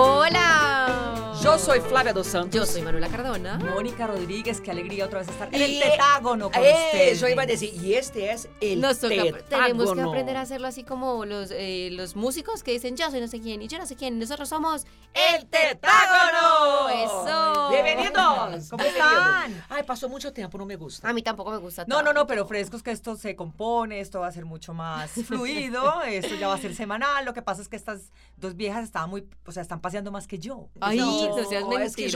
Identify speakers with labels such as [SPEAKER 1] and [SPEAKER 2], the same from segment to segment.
[SPEAKER 1] Hola.
[SPEAKER 2] Yo soy Flavia Dos Santos.
[SPEAKER 1] Yo soy Manuela Cardona.
[SPEAKER 3] Mónica Rodríguez, qué alegría otra vez estar en
[SPEAKER 2] Y-
[SPEAKER 3] el tetágono con
[SPEAKER 2] Eh,
[SPEAKER 3] ustedes.
[SPEAKER 2] Yo iba a decir, y este es el
[SPEAKER 1] Nos toca- tenemos que
[SPEAKER 2] tetágono.
[SPEAKER 1] aprender a hacerlo así como los, eh, los músicos que dicen yo soy no sé quién y yo no sé quién. Nosotros somos
[SPEAKER 2] ¡El tetágono!
[SPEAKER 1] Eso.
[SPEAKER 2] ¡Bienvenidos!
[SPEAKER 3] ¿Cómo
[SPEAKER 2] Bienvenidos.
[SPEAKER 3] están?
[SPEAKER 2] Ay, pasó mucho tiempo, no me gusta.
[SPEAKER 1] A mí tampoco me gusta.
[SPEAKER 3] No, no, no,
[SPEAKER 1] tanto.
[SPEAKER 3] pero frescos que esto se compone, esto va a ser mucho más fluido, esto ya va a ser semanal. Lo que pasa es que estas dos viejas estaban muy, o sea, están paseando más que yo.
[SPEAKER 1] Ay, no, seas
[SPEAKER 2] es que yo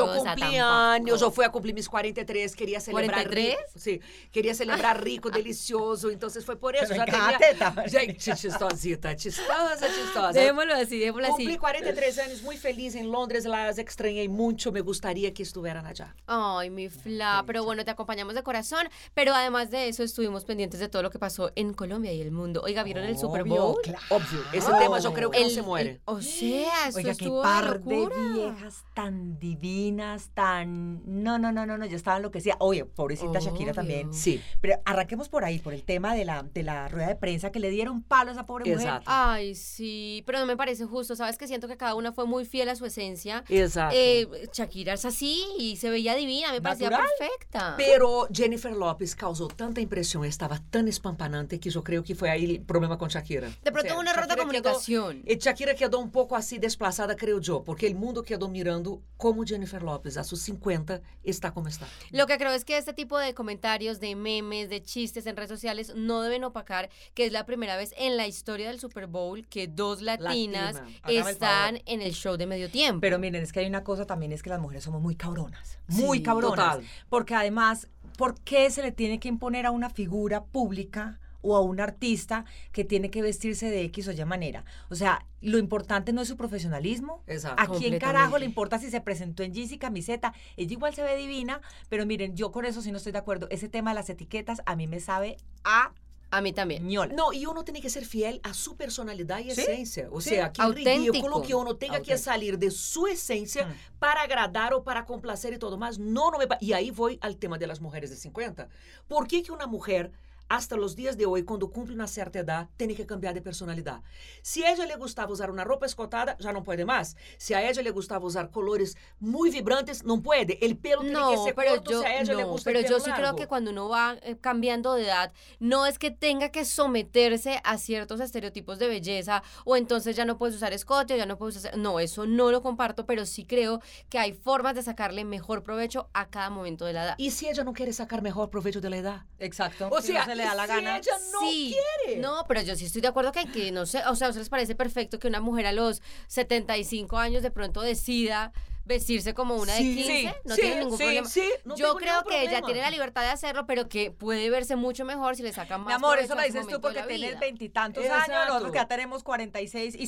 [SPEAKER 1] mentirosa,
[SPEAKER 2] cumplí
[SPEAKER 1] tampoco.
[SPEAKER 2] años, yo fui a cumplir mis 43, quería celebrar rico. Sí, quería celebrar rico, delicioso, entonces fue por eso. ya
[SPEAKER 3] Pero en cada teta.
[SPEAKER 2] Ya, ch- chistosita, chistosa, chistosa.
[SPEAKER 1] Démoslo así, démoslo
[SPEAKER 2] Cumplí
[SPEAKER 1] así.
[SPEAKER 2] 43 anos, muito feliz em Londres, las extrañei muito, me gustaría que estuvieran allá.
[SPEAKER 1] Ay, mi Fla, pero bueno, te acompañamos de corazón, pero además de eso estuvimos pendientes de todo lo que pasó en Colombia y el mundo. Oiga, ¿vieron el Super
[SPEAKER 3] Obvio,
[SPEAKER 1] Bowl?
[SPEAKER 3] claro.
[SPEAKER 2] Óbvio, ese Este
[SPEAKER 3] Ah.
[SPEAKER 2] tema yo creo que no
[SPEAKER 1] El-
[SPEAKER 2] se muere.
[SPEAKER 1] el- o sea, eso
[SPEAKER 3] Oiga, qué
[SPEAKER 1] estuvo una
[SPEAKER 3] par de
[SPEAKER 1] locura.
[SPEAKER 3] viejas tan divinas, tan... No, no, no, no, no, yo estaba enloquecida. Oye, pobrecita Shakira también.
[SPEAKER 1] Obvio.
[SPEAKER 2] Sí,
[SPEAKER 3] Pero arranquemos por ahí, por el tema de la, de la rueda de prensa que le dieron palo a esa pobre
[SPEAKER 2] Exacto.
[SPEAKER 1] Ay, sí, pero no me parece justo, ¿sabes? Que siento que cada una fue muy fiel a su esencia.
[SPEAKER 2] exato.
[SPEAKER 1] Eh, Shakira es así y se veía divina, me parecía
[SPEAKER 3] Natural.
[SPEAKER 1] perfecta.
[SPEAKER 2] Pero Jennifer Lopes causou tanta impressão, estava tão espampanante que eu creio que foi aí o problema com Shakira.
[SPEAKER 1] De pronto
[SPEAKER 2] O sea,
[SPEAKER 1] hubo un error de
[SPEAKER 2] Shakira
[SPEAKER 1] comunicación.
[SPEAKER 2] quedó- eh, Shakira quedou um pouco assim desplazada, creio eu, porque o mundo quedou mirando como Jennifer Lopes, a seus 50, está como está.
[SPEAKER 1] Lo que creo es que este tipo de comentarios, de memes, de chistes en redes sociales no deben opacar que es la primera vez en la historia del Super Bowl que dos latinas
[SPEAKER 2] Latina,
[SPEAKER 3] hágame el
[SPEAKER 1] están en el show de medio tiempo.
[SPEAKER 3] Pero miren, es que hay una cosa también, es que las mujeres somos muy cabronas. Muy
[SPEAKER 1] Sí,
[SPEAKER 3] cabronas.
[SPEAKER 2] total.
[SPEAKER 3] Porque además, ¿por qué se le tiene que imponer a una figura pública o a un artista que tiene que vestirse de X o Y manera? O sea, lo importante no es su profesionalismo.
[SPEAKER 2] Exato.
[SPEAKER 3] ¿A quién
[SPEAKER 1] Completamente.
[SPEAKER 3] carajo le importa si se presentó en jeans y camiseta? Ella igual se ve divina, pero miren, yo con eso sí no estoy de acuerdo. Ese tema de las etiquetas a mí me sabe
[SPEAKER 2] ah.
[SPEAKER 3] a
[SPEAKER 1] a mí también.
[SPEAKER 3] ñola.
[SPEAKER 2] Não, e uno tem que ser fiel a sua personalidade e
[SPEAKER 3] Sim,
[SPEAKER 2] essência. Ou
[SPEAKER 3] sim.
[SPEAKER 2] seja, que
[SPEAKER 1] Autêntico.
[SPEAKER 2] ridículo que uno tenha que
[SPEAKER 3] Autêntico.
[SPEAKER 2] sair de sua essência
[SPEAKER 3] Hum.
[SPEAKER 2] para agradar ou para complacer e tudo mais. Não, não me pa- E aí vou ao tema das mulheres de 50. Por que que uma mulher hasta os dias de hoje, quando cumpre uma certa idade, tem que cambiar de personalidade. Se a ela le gustava usar uma roupa escotada, já não pode mais. Se a ela le gustava usar colores muito vibrantes, não pode. El pelo tem que
[SPEAKER 1] No,
[SPEAKER 2] ser
[SPEAKER 1] pero
[SPEAKER 2] corto,
[SPEAKER 1] yo,
[SPEAKER 2] se a ela le
[SPEAKER 1] no,
[SPEAKER 2] gusta
[SPEAKER 1] pero
[SPEAKER 2] el
[SPEAKER 1] yo
[SPEAKER 2] pelo
[SPEAKER 1] sí creo
[SPEAKER 2] largo.
[SPEAKER 1] que cuando uno va eh, cambiando de edad, no es que tenga que someterse a ciertos estereotipos de belleza o entonces ya no puedes usar escote, ya no puedes usar... No, eso no lo comparto, pero sí creo que hay formas de sacarle mejor provecho a cada momento de la edad.
[SPEAKER 2] E se ela não quer sacar melhor proveito da idade?
[SPEAKER 3] Exacto.
[SPEAKER 2] O
[SPEAKER 3] Si
[SPEAKER 2] sea,
[SPEAKER 3] no se le da
[SPEAKER 2] y
[SPEAKER 3] la
[SPEAKER 2] si
[SPEAKER 3] gana.
[SPEAKER 2] ella no
[SPEAKER 1] sí,
[SPEAKER 2] quiere.
[SPEAKER 1] no, pero yo sí estoy de acuerdo que, que no sé, o sea, ¿a ustedes les parece perfecto que una mujer a los 75 años de pronto decida vestirse como una de 15? no tiene ningún problema. Yo creo que ella tiene la libertad de hacerlo, pero que puede verse mucho mejor si le sacan más.
[SPEAKER 3] Mi amor,
[SPEAKER 1] provecho
[SPEAKER 3] eso
[SPEAKER 1] a
[SPEAKER 3] lo
[SPEAKER 1] ese
[SPEAKER 3] dices tú
[SPEAKER 1] momento de
[SPEAKER 3] porque
[SPEAKER 1] la
[SPEAKER 3] tienes
[SPEAKER 1] vida.
[SPEAKER 3] veintitantos años,
[SPEAKER 2] Exacto.
[SPEAKER 3] nosotros que ya tenemos 46 y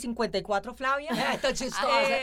[SPEAKER 3] 54, Flavia.
[SPEAKER 2] Está
[SPEAKER 1] Ah,
[SPEAKER 2] chistosa.
[SPEAKER 1] eh,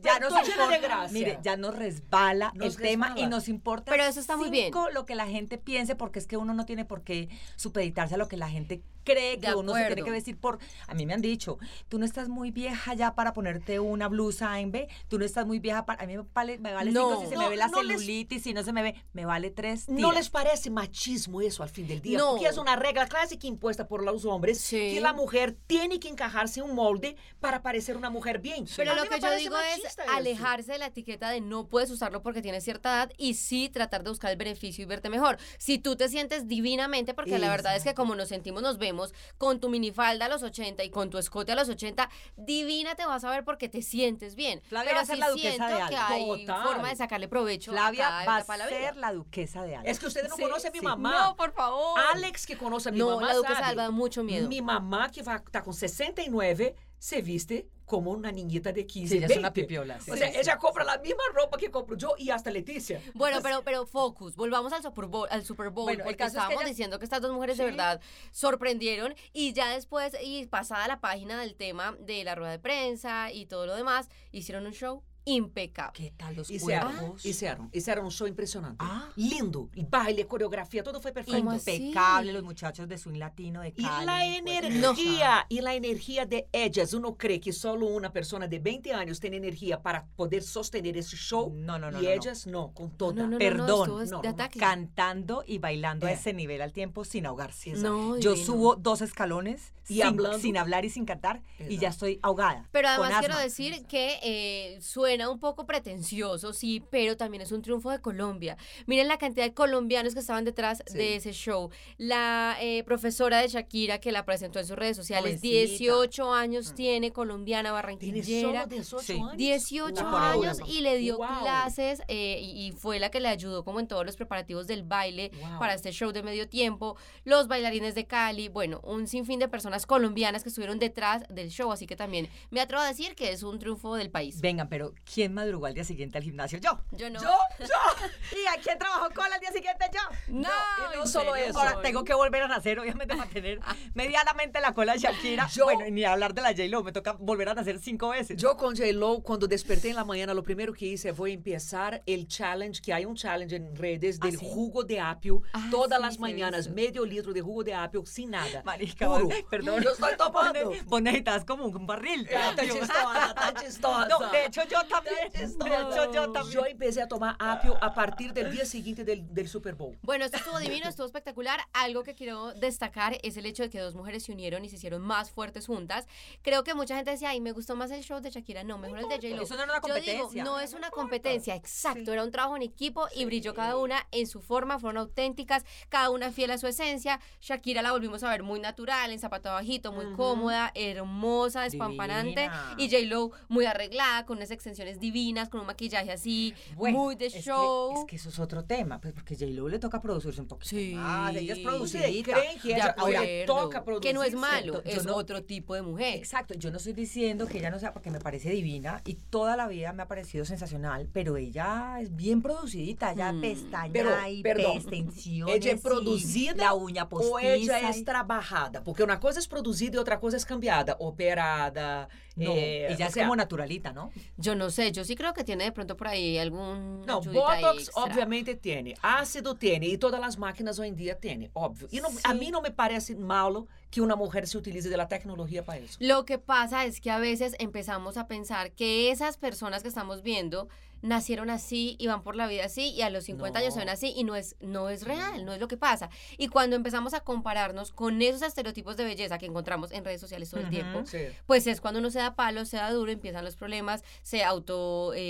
[SPEAKER 3] ya nos
[SPEAKER 2] llena de
[SPEAKER 3] importa-
[SPEAKER 2] gracia.
[SPEAKER 3] Mire, ya nos resbala
[SPEAKER 2] Nos
[SPEAKER 3] el tema
[SPEAKER 2] resbala.
[SPEAKER 3] y nos importa
[SPEAKER 1] Pero eso está muy bien.
[SPEAKER 3] cinco lo que la gente piense porque es que uno no tiene por qué supeditarse a lo que la gente cree que
[SPEAKER 1] De
[SPEAKER 3] uno se tiene
[SPEAKER 1] acuerdo.
[SPEAKER 3] que vestir por a mí me han dicho tú no estás muy vieja ya para ponerte una blusa en B tú no estás muy vieja para a mí me vale, me vale
[SPEAKER 1] No.
[SPEAKER 3] cinco si se me
[SPEAKER 2] No,
[SPEAKER 3] ve la
[SPEAKER 2] no les-
[SPEAKER 3] celulitis si no se me ve me vale tres
[SPEAKER 2] ¿No
[SPEAKER 3] tiras.
[SPEAKER 2] les parece machismo eso al fin del día?
[SPEAKER 1] No.
[SPEAKER 2] Porque es una regla clásica impuesta por los hombres
[SPEAKER 1] Sí.
[SPEAKER 2] que la mujer tiene que encajarse en un molde para parecer una mujer bien.
[SPEAKER 1] Pero
[SPEAKER 2] A mí
[SPEAKER 1] lo
[SPEAKER 2] me
[SPEAKER 1] que yo
[SPEAKER 2] parece
[SPEAKER 1] digo es
[SPEAKER 2] machista eso.
[SPEAKER 1] alejarse de la etiqueta de no puedes usarlo porque tienes cierta edad y sí tratar de buscar el beneficio y verte mejor. Si tú te sientes divinamente, porque la verdad es que como nos sentimos, nos vemos con tu minifalda a los 80 y con tu escote a los 80, divina te vas a ver porque te sientes bien.
[SPEAKER 3] Flavia
[SPEAKER 1] Pero
[SPEAKER 3] va a ser
[SPEAKER 1] sí
[SPEAKER 3] la duquesa
[SPEAKER 1] siento
[SPEAKER 3] de
[SPEAKER 1] que
[SPEAKER 3] algo.
[SPEAKER 1] hay
[SPEAKER 2] Total.
[SPEAKER 1] forma de sacarle provecho
[SPEAKER 3] Flavia
[SPEAKER 1] a cada
[SPEAKER 3] va
[SPEAKER 1] etapa de
[SPEAKER 3] a
[SPEAKER 1] la vida.
[SPEAKER 3] ser la duquesa de Alba.
[SPEAKER 2] Es que ustedes no
[SPEAKER 3] Sí,
[SPEAKER 2] conocen a mi
[SPEAKER 3] sí.
[SPEAKER 2] mamá.
[SPEAKER 1] No, por favor.
[SPEAKER 2] Alex, que conoce a mi
[SPEAKER 1] No,
[SPEAKER 2] mamá,
[SPEAKER 1] la Duquesa de
[SPEAKER 2] sabe.
[SPEAKER 1] Alba da mucho miedo.
[SPEAKER 2] Mi mamá, que va, tá com 69, se viste como una niñita de 15,
[SPEAKER 3] Sí, ella es una
[SPEAKER 2] 20.
[SPEAKER 3] pipiola, sí,
[SPEAKER 2] o sea,
[SPEAKER 3] sí,
[SPEAKER 2] ella compra la misma ropa que compro yo y hasta Leticia.
[SPEAKER 1] Bueno, pero, pero focus, volvamos al Super Bowl, al Super Bowl
[SPEAKER 3] Pues eh, Bueno,
[SPEAKER 1] porque
[SPEAKER 3] el caso es que
[SPEAKER 1] estábamos
[SPEAKER 3] ella-
[SPEAKER 1] diciendo que estas dos mujeres de verdad sorprendieron y ya después, y pasada la página del tema de la rueda de prensa y todo lo demás, hicieron un show impecable.
[SPEAKER 3] ¿Qué tal los
[SPEAKER 2] Hicieron,
[SPEAKER 3] cuerpos?
[SPEAKER 2] hicieron, hicieron un show impresionante.
[SPEAKER 3] Ah.
[SPEAKER 2] Lindo, baile, coreografía, todo fue perfecto.
[SPEAKER 1] ¿Cómo así?
[SPEAKER 3] Impecable los muchachos de swing latino de
[SPEAKER 2] Y
[SPEAKER 3] Cali.
[SPEAKER 2] la
[SPEAKER 3] pues,
[SPEAKER 2] energía, y la energía de ellas. Uno cree que solo una persona de 20 años tiene energía para poder sostener ese show.
[SPEAKER 3] No, no, no,
[SPEAKER 2] Y
[SPEAKER 3] no, no.
[SPEAKER 2] ellas no, con toda.
[SPEAKER 1] No, no, no,
[SPEAKER 3] perdón,
[SPEAKER 1] estuvo
[SPEAKER 2] no,
[SPEAKER 1] de
[SPEAKER 2] no,
[SPEAKER 1] ataque.
[SPEAKER 3] cantando y bailando a
[SPEAKER 2] Eh.
[SPEAKER 3] ese nivel al tiempo sin ahogarse.
[SPEAKER 1] No,
[SPEAKER 3] Yo
[SPEAKER 1] divino.
[SPEAKER 3] subo dos escalones
[SPEAKER 2] Y
[SPEAKER 3] sin,
[SPEAKER 2] hablando.
[SPEAKER 3] sin hablar y sin cantar y
[SPEAKER 2] Exacto.
[SPEAKER 3] ya estoy ahogada.
[SPEAKER 1] Pero
[SPEAKER 3] con
[SPEAKER 1] además quiero
[SPEAKER 3] asma.
[SPEAKER 1] decir que eh, suena un poco pretencioso, sí, pero también es un triunfo de Colombia. Miren la cantidad de colombianos que estaban detrás
[SPEAKER 2] Sí.
[SPEAKER 1] de ese show. La eh, profesora de Shakira que la presentó en sus redes sociales,
[SPEAKER 3] Jovencita.
[SPEAKER 1] 18 años tiene, colombiana,
[SPEAKER 2] Tiene solo
[SPEAKER 1] barranquillera.
[SPEAKER 2] 18
[SPEAKER 3] Sí.
[SPEAKER 2] años.
[SPEAKER 1] 18
[SPEAKER 2] Wow.
[SPEAKER 1] años y le dio
[SPEAKER 2] Wow.
[SPEAKER 1] clases eh, y, y fue la que le ayudó como en todos los preparativos del baile
[SPEAKER 2] Wow.
[SPEAKER 1] para este show de medio tiempo, los bailarines de Cali, bueno, un sinfín de personas colombianas que estuvieron detrás del show, así que también me atrevo a decir que es un triunfo del país.
[SPEAKER 3] Vengan, pero ¿quién madrugó al día siguiente al gimnasio? Yo.
[SPEAKER 1] Yo no.
[SPEAKER 3] Yo, yo. ¿Y a quién trabajó cola al día siguiente? Yo.
[SPEAKER 1] No,
[SPEAKER 3] Yo. Y no
[SPEAKER 1] ¿en
[SPEAKER 3] solo
[SPEAKER 1] serio?
[SPEAKER 3] eso. Ahora
[SPEAKER 1] Ay.
[SPEAKER 3] tengo que volver a nacer, obviamente, para tener medianamente la cola de Shakira.
[SPEAKER 2] Yo-
[SPEAKER 3] Bueno, y ni hablar de la J-Lo, me toca volver a nacer cinco veces.
[SPEAKER 2] Yo con J-Lo, cuando desperté en la mañana, lo primero que hice fue empezar el challenge, que hay un challenge en redes del
[SPEAKER 3] ¿Ah, sí?
[SPEAKER 2] jugo de apio,
[SPEAKER 1] Ah,
[SPEAKER 2] todas
[SPEAKER 1] sí,
[SPEAKER 2] las
[SPEAKER 1] sí,
[SPEAKER 2] mañanas,
[SPEAKER 1] eso.
[SPEAKER 2] medio litro de jugo de apio sin nada.
[SPEAKER 3] Marica,
[SPEAKER 2] puro.
[SPEAKER 3] vos- perdón.
[SPEAKER 2] Yo estoy tomando.
[SPEAKER 3] Vos necesitas como un barril.
[SPEAKER 2] Ah, Tan
[SPEAKER 3] Yo-
[SPEAKER 2] chistosa, tan chistosa.
[SPEAKER 3] No, de hecho yo también.
[SPEAKER 2] Tan
[SPEAKER 3] De
[SPEAKER 2] chistosa.
[SPEAKER 3] hecho yo
[SPEAKER 2] Yo
[SPEAKER 3] también.
[SPEAKER 2] empecé a tomar apio a partir del día siguiente del, del Super Bowl.
[SPEAKER 1] Bueno, esto estuvo divino, estuvo espectacular. Algo que quiero destacar es el hecho de que dos mujeres se unieron y se hicieron más fuertes juntas. Creo que mucha gente decía, ay, me gustó más el show de Shakira. No, mejor el de J-Lo.
[SPEAKER 3] Eso no era una
[SPEAKER 1] Yo digo,
[SPEAKER 3] competencia.
[SPEAKER 1] no es una competencia, exacto. Era un trabajo en equipo y brilló cada una en su forma, fueron auténticas, cada una fiel a su esencia. Shakira la volvimos a ver muy natural, en zapato bajito, muy cómoda, hermosa, despampanante.
[SPEAKER 3] Divina.
[SPEAKER 1] Y J-Lo muy arreglada, con unas extensiones divinas, con un maquillaje así,
[SPEAKER 3] Bueno,
[SPEAKER 1] muy de
[SPEAKER 3] es que-
[SPEAKER 1] show.
[SPEAKER 3] Es que, eso es otro tema, pues porque J-Lo le toca producirse un poquito.
[SPEAKER 1] Sí.
[SPEAKER 3] más, ella es
[SPEAKER 2] ¿Ustedes
[SPEAKER 3] producidita.
[SPEAKER 2] creen que
[SPEAKER 1] De
[SPEAKER 2] ella ahora
[SPEAKER 1] acuerdo.
[SPEAKER 2] toca producir?
[SPEAKER 1] Que no es malo,
[SPEAKER 3] Yo
[SPEAKER 1] es
[SPEAKER 3] no-
[SPEAKER 1] otro tipo de mujer.
[SPEAKER 3] Exacto, yo no estoy diciendo que ella no sea porque me parece divina y toda la vida me ha parecido sensacional, pero ella es bien producidita, ella
[SPEAKER 1] Mm.
[SPEAKER 3] pestaña
[SPEAKER 2] Pero,
[SPEAKER 3] y
[SPEAKER 2] perdón,
[SPEAKER 3] extensiones.
[SPEAKER 2] Ella é
[SPEAKER 3] y
[SPEAKER 2] produzida
[SPEAKER 3] la uña postiza.
[SPEAKER 2] ou ella é
[SPEAKER 3] y-
[SPEAKER 2] trabalhada? Porque uma coisa é produzida e outra coisa é cambiada, operada.
[SPEAKER 3] No,
[SPEAKER 2] eh,
[SPEAKER 3] ella
[SPEAKER 2] o
[SPEAKER 3] es
[SPEAKER 2] sea,
[SPEAKER 3] como naturalita, ¿no?
[SPEAKER 1] Yo no sé, yo sí creo que tiene de pronto por ahí algún.
[SPEAKER 2] Não,
[SPEAKER 1] ayudita
[SPEAKER 2] Botox
[SPEAKER 1] extra.
[SPEAKER 2] obviamente tem, ácido tem e todas as máquinas hoje em dia tem, óbvio. E não- a
[SPEAKER 3] Sim.
[SPEAKER 2] mim não me parece malo que uma mulher se utilize da tecnologia para isso.
[SPEAKER 1] Lo que pasa es que a veces empezamos a pensar que esas personas que estamos viendo nacieron así y van por la vida así y a los 50 años se ven
[SPEAKER 2] No.
[SPEAKER 1] así y no es, no es real, no es lo que pasa. Y cuando empezamos a compararnos con esos estereotipos de belleza que encontramos en redes sociales todo el
[SPEAKER 3] Ujú.
[SPEAKER 1] tiempo,
[SPEAKER 2] Sim.
[SPEAKER 1] pues es cuando uno se da palo, se da duro, empiezan los problemas, se autocritica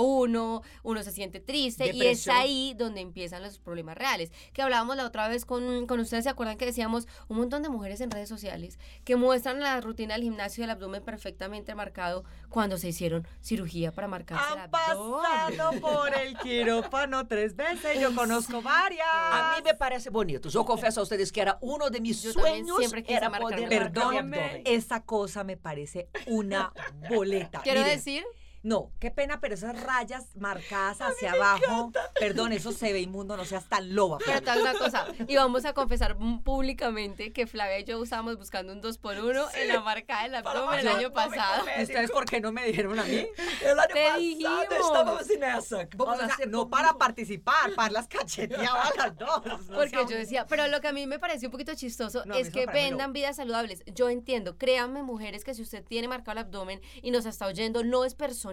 [SPEAKER 1] uno, uno se siente triste y es
[SPEAKER 2] Depresión.
[SPEAKER 1] ahí donde empiezan los problemas reales. Que hablábamos la otra vez con, con ustedes, ¿se acuerdan que decíamos un montón de mujeres en redes sociales que muestran la rutina del gimnasio del abdomen perfectamente marcado cuando se hicieron cirugía para marcarse el
[SPEAKER 3] Han
[SPEAKER 1] abdomen?
[SPEAKER 3] pasado por el quirófano tres veces, yo conozco varias.
[SPEAKER 2] A mim me parece bonito. Eu confesso a vocês que era um de meus
[SPEAKER 1] Eu também
[SPEAKER 2] sonhos
[SPEAKER 1] sempre quis
[SPEAKER 2] era
[SPEAKER 1] marcar meu
[SPEAKER 2] poder marcar meu
[SPEAKER 3] Perdóneme,
[SPEAKER 2] abdômen.
[SPEAKER 3] esa cosa me parece una boleta.
[SPEAKER 1] Quiero
[SPEAKER 3] Miren,
[SPEAKER 1] decir,
[SPEAKER 3] No, qué pena, pero esas rayas marcadas hacia abajo. Perdón, eso se ve inmundo, no seas tan loba.
[SPEAKER 1] pero
[SPEAKER 3] Flavia.
[SPEAKER 1] te hago una cosa, y vamos a confesar públicamente que Flavia y yo estábamos buscando un 2x1 en la marca del abdomen el
[SPEAKER 2] marcar el
[SPEAKER 1] año
[SPEAKER 2] abdomen
[SPEAKER 1] pasado.
[SPEAKER 2] completo.
[SPEAKER 3] ¿Y ¿Ustedes por qué no me dijeron a mí?
[SPEAKER 2] Eu ano
[SPEAKER 1] Te dijimos.
[SPEAKER 2] estávamos nessa.
[SPEAKER 3] O
[SPEAKER 2] Vamos
[SPEAKER 3] sea,
[SPEAKER 2] fazer
[SPEAKER 3] no para participar, para las cacheteaba a las dos. no
[SPEAKER 1] Porque
[SPEAKER 3] sea-
[SPEAKER 1] yo decía, pero lo que a mí me pareció un poquito chistoso
[SPEAKER 3] No, a mí
[SPEAKER 1] es
[SPEAKER 3] eso
[SPEAKER 1] que
[SPEAKER 3] me parece muy
[SPEAKER 1] vendan
[SPEAKER 3] loco.
[SPEAKER 1] vidas saludables. Yo entiendo, créanme mujeres que si usted tiene marcado el abdomen y nos está oyendo, no es personal.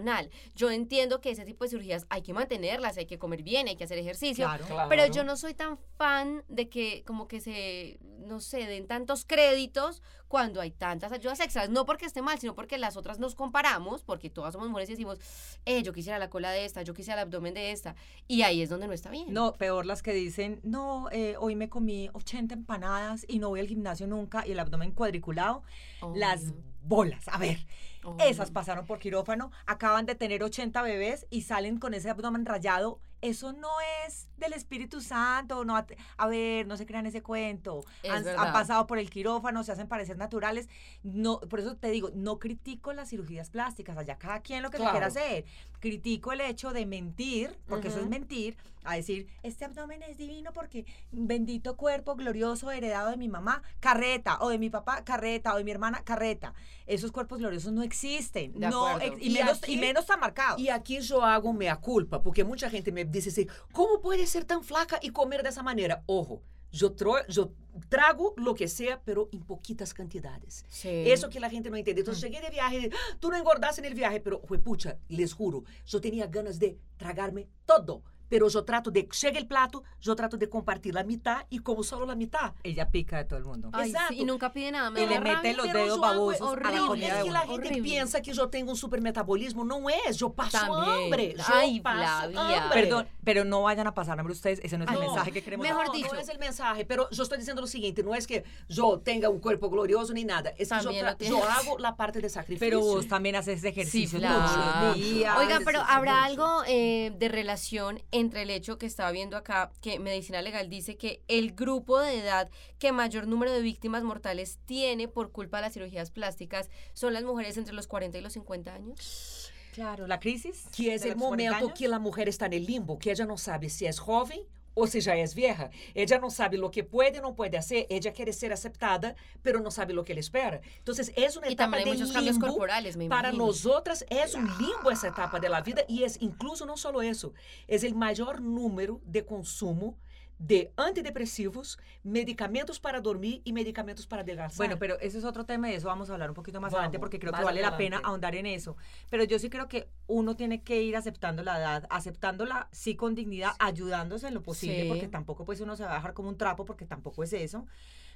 [SPEAKER 1] Yo entiendo que ese tipo de cirugías hay que mantenerlas, hay que comer bien, hay que hacer ejercicio.
[SPEAKER 3] Claro.
[SPEAKER 1] Pero yo no soy tan fan de que como que se, no sé, den tantos créditos cuando hay tantas ayudas extras. No porque esté mal, sino porque las otras nos comparamos, porque todas somos mujeres y decimos, eh, yo quisiera la cola de esta, yo quisiera el abdomen de esta. Y ahí es donde no está bien.
[SPEAKER 3] No, peor las que dicen, no, eh, hoy me comí 80 empanadas y no voy al gimnasio nunca y el abdomen cuadriculado.
[SPEAKER 1] Oh,
[SPEAKER 3] Las
[SPEAKER 1] no.
[SPEAKER 3] bolas, a ver,
[SPEAKER 1] Oh,
[SPEAKER 3] esas
[SPEAKER 1] no.
[SPEAKER 3] pasaron por quirófano, acaban de tener 80 bebés y salen con ese abdomen rayado eso no es del Espíritu Santo, no, at- a ver, no se crean ese cuento,
[SPEAKER 1] Es
[SPEAKER 3] han,
[SPEAKER 1] verdad.
[SPEAKER 3] han pasado por el quirófano, se hacen parecer naturales, no, por eso te digo, no critico las cirugías plásticas, allá cada quien lo que se
[SPEAKER 2] Claro.
[SPEAKER 3] quiera hacer, critico el hecho de mentir, porque eso es
[SPEAKER 1] Ujú.
[SPEAKER 3] mentir, a decir, este abdomen es divino porque bendito cuerpo glorioso heredado de mi mamá, carreta, o de mi papá, carreta, o de mi hermana, carreta, esos cuerpos gloriosos no existen,
[SPEAKER 1] De
[SPEAKER 3] no,
[SPEAKER 1] acuerdo.
[SPEAKER 3] ex- y,
[SPEAKER 2] Y
[SPEAKER 3] menos,
[SPEAKER 2] aquí-
[SPEAKER 3] y menos tan marcados.
[SPEAKER 2] E aqui eu hago mea culpa, porque muita gente me diz assim: como pode ser tão flaca e comer dessa maneira? Ojo, eu, tro- eu trago lo que sea, pero em pouquitas cantidades.
[SPEAKER 1] Sí.
[SPEAKER 2] Eso que la gente no entiende. Entonces llegué de viaje, ¡Ah! tú no engordaste en el viaje, pero pucha, les juro, yo tenía ganas de tragarme todo. Pero yo trato de, llega el plato, yo trato de compartir la mitad y como solo la mitad.
[SPEAKER 3] Ella pica de todo el mundo.
[SPEAKER 1] Ay, sí,
[SPEAKER 2] Exacto.
[SPEAKER 1] y nunca pide nada. Me
[SPEAKER 3] Y
[SPEAKER 1] da
[SPEAKER 3] le
[SPEAKER 1] rabia.
[SPEAKER 3] mete los
[SPEAKER 2] Pero
[SPEAKER 3] dedos
[SPEAKER 2] yo hago-
[SPEAKER 3] babosos a la
[SPEAKER 2] horrible.
[SPEAKER 3] comida
[SPEAKER 2] Es
[SPEAKER 3] de
[SPEAKER 2] É que la
[SPEAKER 3] uno.
[SPEAKER 2] gente
[SPEAKER 1] Horrible.
[SPEAKER 2] piensa que yo tengo un supermetabolismo. No es, yo paso
[SPEAKER 1] También.
[SPEAKER 2] hambre. Yo
[SPEAKER 1] Ay,
[SPEAKER 2] paso
[SPEAKER 1] Flavia.
[SPEAKER 2] hambre.
[SPEAKER 3] Perdón, pero no vayan a pasar hambre ustedes, ese no es el
[SPEAKER 2] No,
[SPEAKER 3] mensaje que é queremos
[SPEAKER 1] mejor
[SPEAKER 3] dar.
[SPEAKER 2] no,
[SPEAKER 1] dicho.
[SPEAKER 2] No es el é mensaje, pero yo estoy diciendo lo siguiente, no es é que yo tenga un cuerpo glorioso ni nada, es que yo,
[SPEAKER 1] También
[SPEAKER 2] tra-
[SPEAKER 1] lo tienes.
[SPEAKER 2] yo hago la parte de sacrificio.
[SPEAKER 3] Pero vos también haces ese
[SPEAKER 1] Sí,
[SPEAKER 3] ejercicio todos
[SPEAKER 1] claro.
[SPEAKER 3] los días.
[SPEAKER 1] Oiga, pero
[SPEAKER 2] Mucho,
[SPEAKER 1] habrá
[SPEAKER 2] mucho.
[SPEAKER 1] algo eh, de relación entre el hecho que estaba viendo acá, que Medicina Legal dice que el grupo de edad que mayor número de víctimas mortales tiene por culpa de las cirugías plásticas son las mujeres entre los 40 y los 50 años.
[SPEAKER 3] Claro, la crisis.
[SPEAKER 2] que é
[SPEAKER 3] de
[SPEAKER 2] o
[SPEAKER 3] los 40
[SPEAKER 2] momento
[SPEAKER 3] años.
[SPEAKER 2] que a mulher está no limbo, que ela não sabe se é jovem ou se já é vieja. Ela não sabe o que pode e não pode fazer. Ela quer ser aceitada, mas não sabe o que ela espera. Então, é uma
[SPEAKER 1] Y
[SPEAKER 2] etapa
[SPEAKER 1] también hay
[SPEAKER 2] de
[SPEAKER 1] muchos cambios
[SPEAKER 2] limbo.
[SPEAKER 1] corporales, me
[SPEAKER 2] Para
[SPEAKER 1] imagino.
[SPEAKER 2] nós outras é um limbo essa etapa da vida e é incluso não só isso, é o maior número de consumo de antidepressivos, medicamentos para dormir e medicamentos para adelgazar.
[SPEAKER 3] Bueno, pero eso es otro tema y de eso vamos a hablar un poquito más
[SPEAKER 2] Vamos,
[SPEAKER 3] adelante porque creo que
[SPEAKER 2] más
[SPEAKER 3] vale la pena
[SPEAKER 2] adelante.
[SPEAKER 3] ahondar en eso. Pero yo sí creo que uno tiene que ir aceptando la edad, aceptándola sí con dignidad, ayudándose en lo posible
[SPEAKER 1] Sí.
[SPEAKER 3] porque tampoco pues uno se va a dejar como un trapo porque tampoco es eso.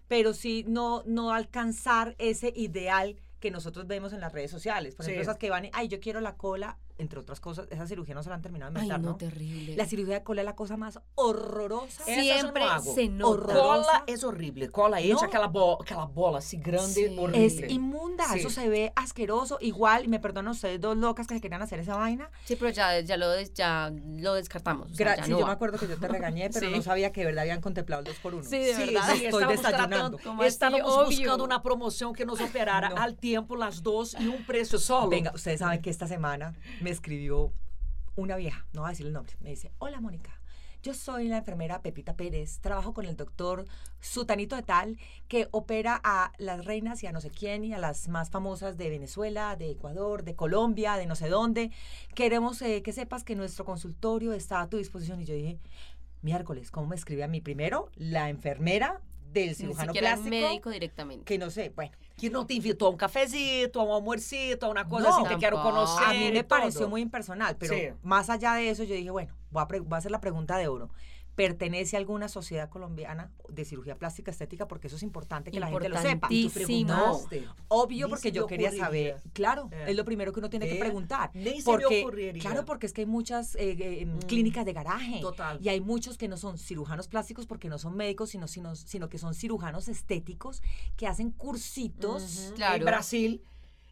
[SPEAKER 3] Pero sí no, no alcanzar ese ideal que nosotros vemos en las redes sociales. Por ejemplo,
[SPEAKER 2] Sí.
[SPEAKER 3] esas que van, y, ay, yo quiero la cola, entre otras cosas, esa cirugía no se la han terminado de
[SPEAKER 1] Ay,
[SPEAKER 3] inventar,
[SPEAKER 1] no,
[SPEAKER 3] ¿no?
[SPEAKER 1] terrible.
[SPEAKER 3] La cirugía de cola es la cosa más horrorosa.
[SPEAKER 2] Sí,
[SPEAKER 1] Siempre
[SPEAKER 2] Esas yo no hago.
[SPEAKER 1] se nota.
[SPEAKER 3] Horror.
[SPEAKER 2] cola
[SPEAKER 3] horrorosa.
[SPEAKER 2] é horrível. Cola hecha,
[SPEAKER 3] Não. é
[SPEAKER 2] aquela, bo- aquela bola assim grande,
[SPEAKER 1] Sim.
[SPEAKER 3] Es
[SPEAKER 2] horrível.
[SPEAKER 3] inmunda,
[SPEAKER 2] Sí.
[SPEAKER 3] eso se ve asqueroso. Igual, y me perdonan ustedes dos locas que se querían hacer esa vaina.
[SPEAKER 1] Sí, pero ya, ya, lo, des- ya lo descartamos. o sea,
[SPEAKER 3] Gra-
[SPEAKER 1] ya
[SPEAKER 3] sí,
[SPEAKER 1] no
[SPEAKER 3] yo
[SPEAKER 1] va.
[SPEAKER 3] me acuerdo que yo te regañé, pero
[SPEAKER 1] Sí.
[SPEAKER 3] no sabía que de verdad habían contemplado el dos por uno.
[SPEAKER 1] Sí, de verdad.
[SPEAKER 3] Estoy
[SPEAKER 2] estávamos
[SPEAKER 3] desayunando.
[SPEAKER 2] tratando-
[SPEAKER 1] Como
[SPEAKER 2] estávamos
[SPEAKER 1] assim, óbvio.
[SPEAKER 2] buscando uma promoção que nos operara
[SPEAKER 3] Não.
[SPEAKER 2] ao tempo, as duas, e um preço solo.
[SPEAKER 3] Venga, ustedes saben que esta semana me escribió una vieja, no voy a decir el nombre, me dice, hola Mónica. Yo soy la enfermera Pepita Pérez, trabajo con el doctor Sutanito de Tal, que opera a las reinas y a no sé quién y a las más famosas de Venezuela, de Ecuador, de Colombia, de no sé dónde. Queremos eh, que sepas que nuestro consultorio está a tu disposición. Y yo dije, miércoles, ¿cómo me escribe a mí primero? La enfermera del
[SPEAKER 1] Ni
[SPEAKER 3] cirujano
[SPEAKER 1] siquiera
[SPEAKER 3] plástico.
[SPEAKER 1] el médico directamente.
[SPEAKER 3] Que no sé, bueno.
[SPEAKER 2] Que não te invitou a um cafezito, a um almorcito, a uma coisa
[SPEAKER 3] Não.
[SPEAKER 2] assim, te quero
[SPEAKER 1] Tampouco.
[SPEAKER 2] conhecer.
[SPEAKER 3] a mí
[SPEAKER 2] e
[SPEAKER 3] me
[SPEAKER 2] tudo.
[SPEAKER 3] pareció muy impersonal, pero
[SPEAKER 2] Sí.
[SPEAKER 3] más allá de eso yo dije, bueno, voy a, pre- voy a hacer la pregunta de oro. ¿Pertenece a alguna sociedad colombiana de cirugía plástica estética? Porque eso es importante que la gente lo sepa.
[SPEAKER 2] E tu
[SPEAKER 1] Importantísimo.
[SPEAKER 2] perguntaste.
[SPEAKER 3] Obvio,
[SPEAKER 2] Ni
[SPEAKER 3] porque
[SPEAKER 2] se
[SPEAKER 3] yo
[SPEAKER 2] me
[SPEAKER 3] quería
[SPEAKER 2] ocurriría.
[SPEAKER 3] saber. Claro,
[SPEAKER 2] Eh.
[SPEAKER 3] es lo primero que uno tiene que
[SPEAKER 2] Vea,
[SPEAKER 3] preguntar.
[SPEAKER 2] ni se me
[SPEAKER 3] porque,
[SPEAKER 2] ocurriría. Mm.
[SPEAKER 3] Claro, porque es que hay muchas eh, eh, em, clínicas de garaje.
[SPEAKER 2] total.
[SPEAKER 3] Y hay muchos que no son cirujanos plásticos porque no son médicos, sino, sino, sino que son cirujanos estéticos que hacen cursitos.
[SPEAKER 1] Claro.
[SPEAKER 2] Em Brasil,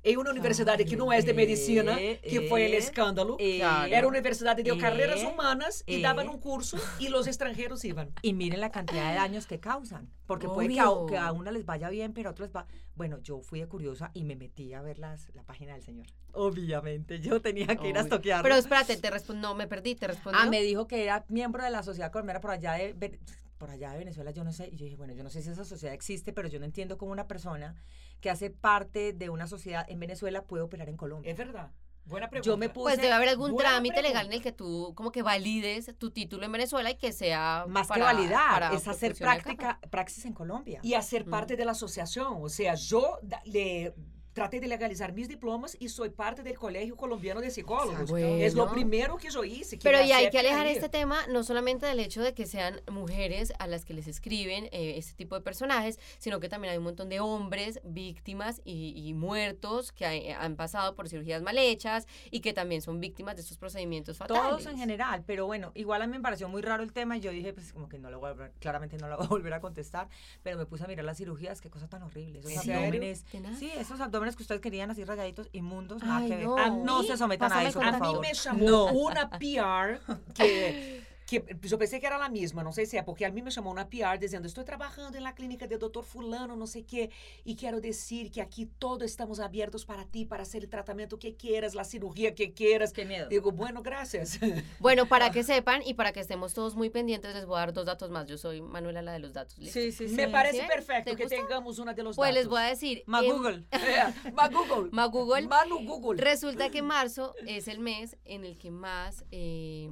[SPEAKER 2] em uma universidade que não é de medicina,
[SPEAKER 3] É,
[SPEAKER 2] que
[SPEAKER 3] é,
[SPEAKER 2] foi o escândalo,
[SPEAKER 3] eh,
[SPEAKER 1] Claro.
[SPEAKER 2] era uma universidade de
[SPEAKER 3] É,
[SPEAKER 2] carreiras humanas e
[SPEAKER 3] é.
[SPEAKER 2] dava um curso e os estrangeiros iam.
[SPEAKER 3] Y miren la cantidad de daños que causan. Porque puede que a,
[SPEAKER 1] Obvio.
[SPEAKER 3] que a una les vaya bien, pero a otros va. Bueno, yo fui de curiosa y me metí a ver las, la página del señor. Obviamente, yo tenía que ir
[SPEAKER 1] Obvio.
[SPEAKER 3] a estoquearlo.
[SPEAKER 1] Pero espérate, te respondo. No, me perdí, te respondo.
[SPEAKER 3] ah, me dijo que era miembro de la sociedad colombiana por allá de Ve- por allá de Venezuela, yo no sé. Y yo dije, bueno, yo no sé si esa sociedad existe, pero yo no entiendo cómo una persona que hace parte de una sociedad en Venezuela puede operar en Colombia.
[SPEAKER 2] É verdade. Boa pergunta.
[SPEAKER 3] Yo me
[SPEAKER 1] Pues
[SPEAKER 3] puse
[SPEAKER 1] debe haber algún
[SPEAKER 2] buena
[SPEAKER 1] trámite
[SPEAKER 2] pregunta.
[SPEAKER 1] legal en el que tú como que valides tu título en Venezuela y que sea
[SPEAKER 3] más
[SPEAKER 1] para-
[SPEAKER 3] que validar,
[SPEAKER 1] para
[SPEAKER 3] es hacer
[SPEAKER 1] funcione acá.
[SPEAKER 3] práctica, praxis en Colombia.
[SPEAKER 2] e a ser parte da associação. Ou seja, eu da- le- tratei de legalizar meus diplomas e sou parte do Colégio Colombiano de Psicólogos.
[SPEAKER 1] Ah,
[SPEAKER 2] É
[SPEAKER 1] bueno.
[SPEAKER 2] o primeiro que eu hice. Que
[SPEAKER 1] Pero
[SPEAKER 2] me
[SPEAKER 1] y hay que
[SPEAKER 2] acepten
[SPEAKER 1] alejar
[SPEAKER 2] ahí.
[SPEAKER 1] este tema no solamente del hecho de que sean mujeres a las que les escriben eh, este tipo de personajes, sino que también hay un montón de hombres víctimas y, y muertos que hay- han pasado por cirugías mal hechas y que también son víctimas de estos procedimientos fatales.
[SPEAKER 3] Todos en general, pero bueno, igual a mí me pareció muy raro el tema y yo dije, pues como que no lo voy a volver- claramente no lo voy a volver a contestar, pero me puse a mirar las cirugías, qué cosa tan horrible, esos
[SPEAKER 2] ¿En serio? Ah.
[SPEAKER 3] abdómenes.
[SPEAKER 1] Tenaz.
[SPEAKER 3] Sí, esos abdómenes que ustedes querían así rayaditos, inmundos, nada
[SPEAKER 1] Ay,
[SPEAKER 3] que ver. Ah,
[SPEAKER 1] no.
[SPEAKER 3] No se sometan a
[SPEAKER 1] Pásame
[SPEAKER 3] eso,
[SPEAKER 1] el
[SPEAKER 3] por
[SPEAKER 2] A mí
[SPEAKER 1] contacto.
[SPEAKER 3] favor.
[SPEAKER 2] me chamou uma PR que que eu pensei que era ela mesma, não sei se é, porque a mim me chamou na PR dizendo: Estou trabalhando na clínica de Dr. Fulano, não sei o quê, e quero dizer que aqui todos estamos abertos para ti, para hacer el tratamento que quieras, la cirugía que quieras.
[SPEAKER 4] Qué miedo.
[SPEAKER 2] Digo, bueno, gracias.
[SPEAKER 1] Bueno, para
[SPEAKER 3] Ah.
[SPEAKER 1] que sepan y para que estemos todos muy pendientes, les voy a dar dos datos más. Yo soy Manuela, la de los datos. ¿listo?
[SPEAKER 4] Sí, sí, sí.
[SPEAKER 2] me parece
[SPEAKER 1] ¿Sí?
[SPEAKER 2] perfecto
[SPEAKER 1] ¿Te
[SPEAKER 2] que
[SPEAKER 1] gusta?
[SPEAKER 2] tengamos una de los
[SPEAKER 1] Pues les
[SPEAKER 2] datos.
[SPEAKER 1] voy a decir.
[SPEAKER 3] Ma
[SPEAKER 1] em,
[SPEAKER 3] Google.
[SPEAKER 2] É, mas Google.
[SPEAKER 1] Ma Google.
[SPEAKER 2] Mano Google.
[SPEAKER 1] Resulta que marzo es el mes en el que más eh,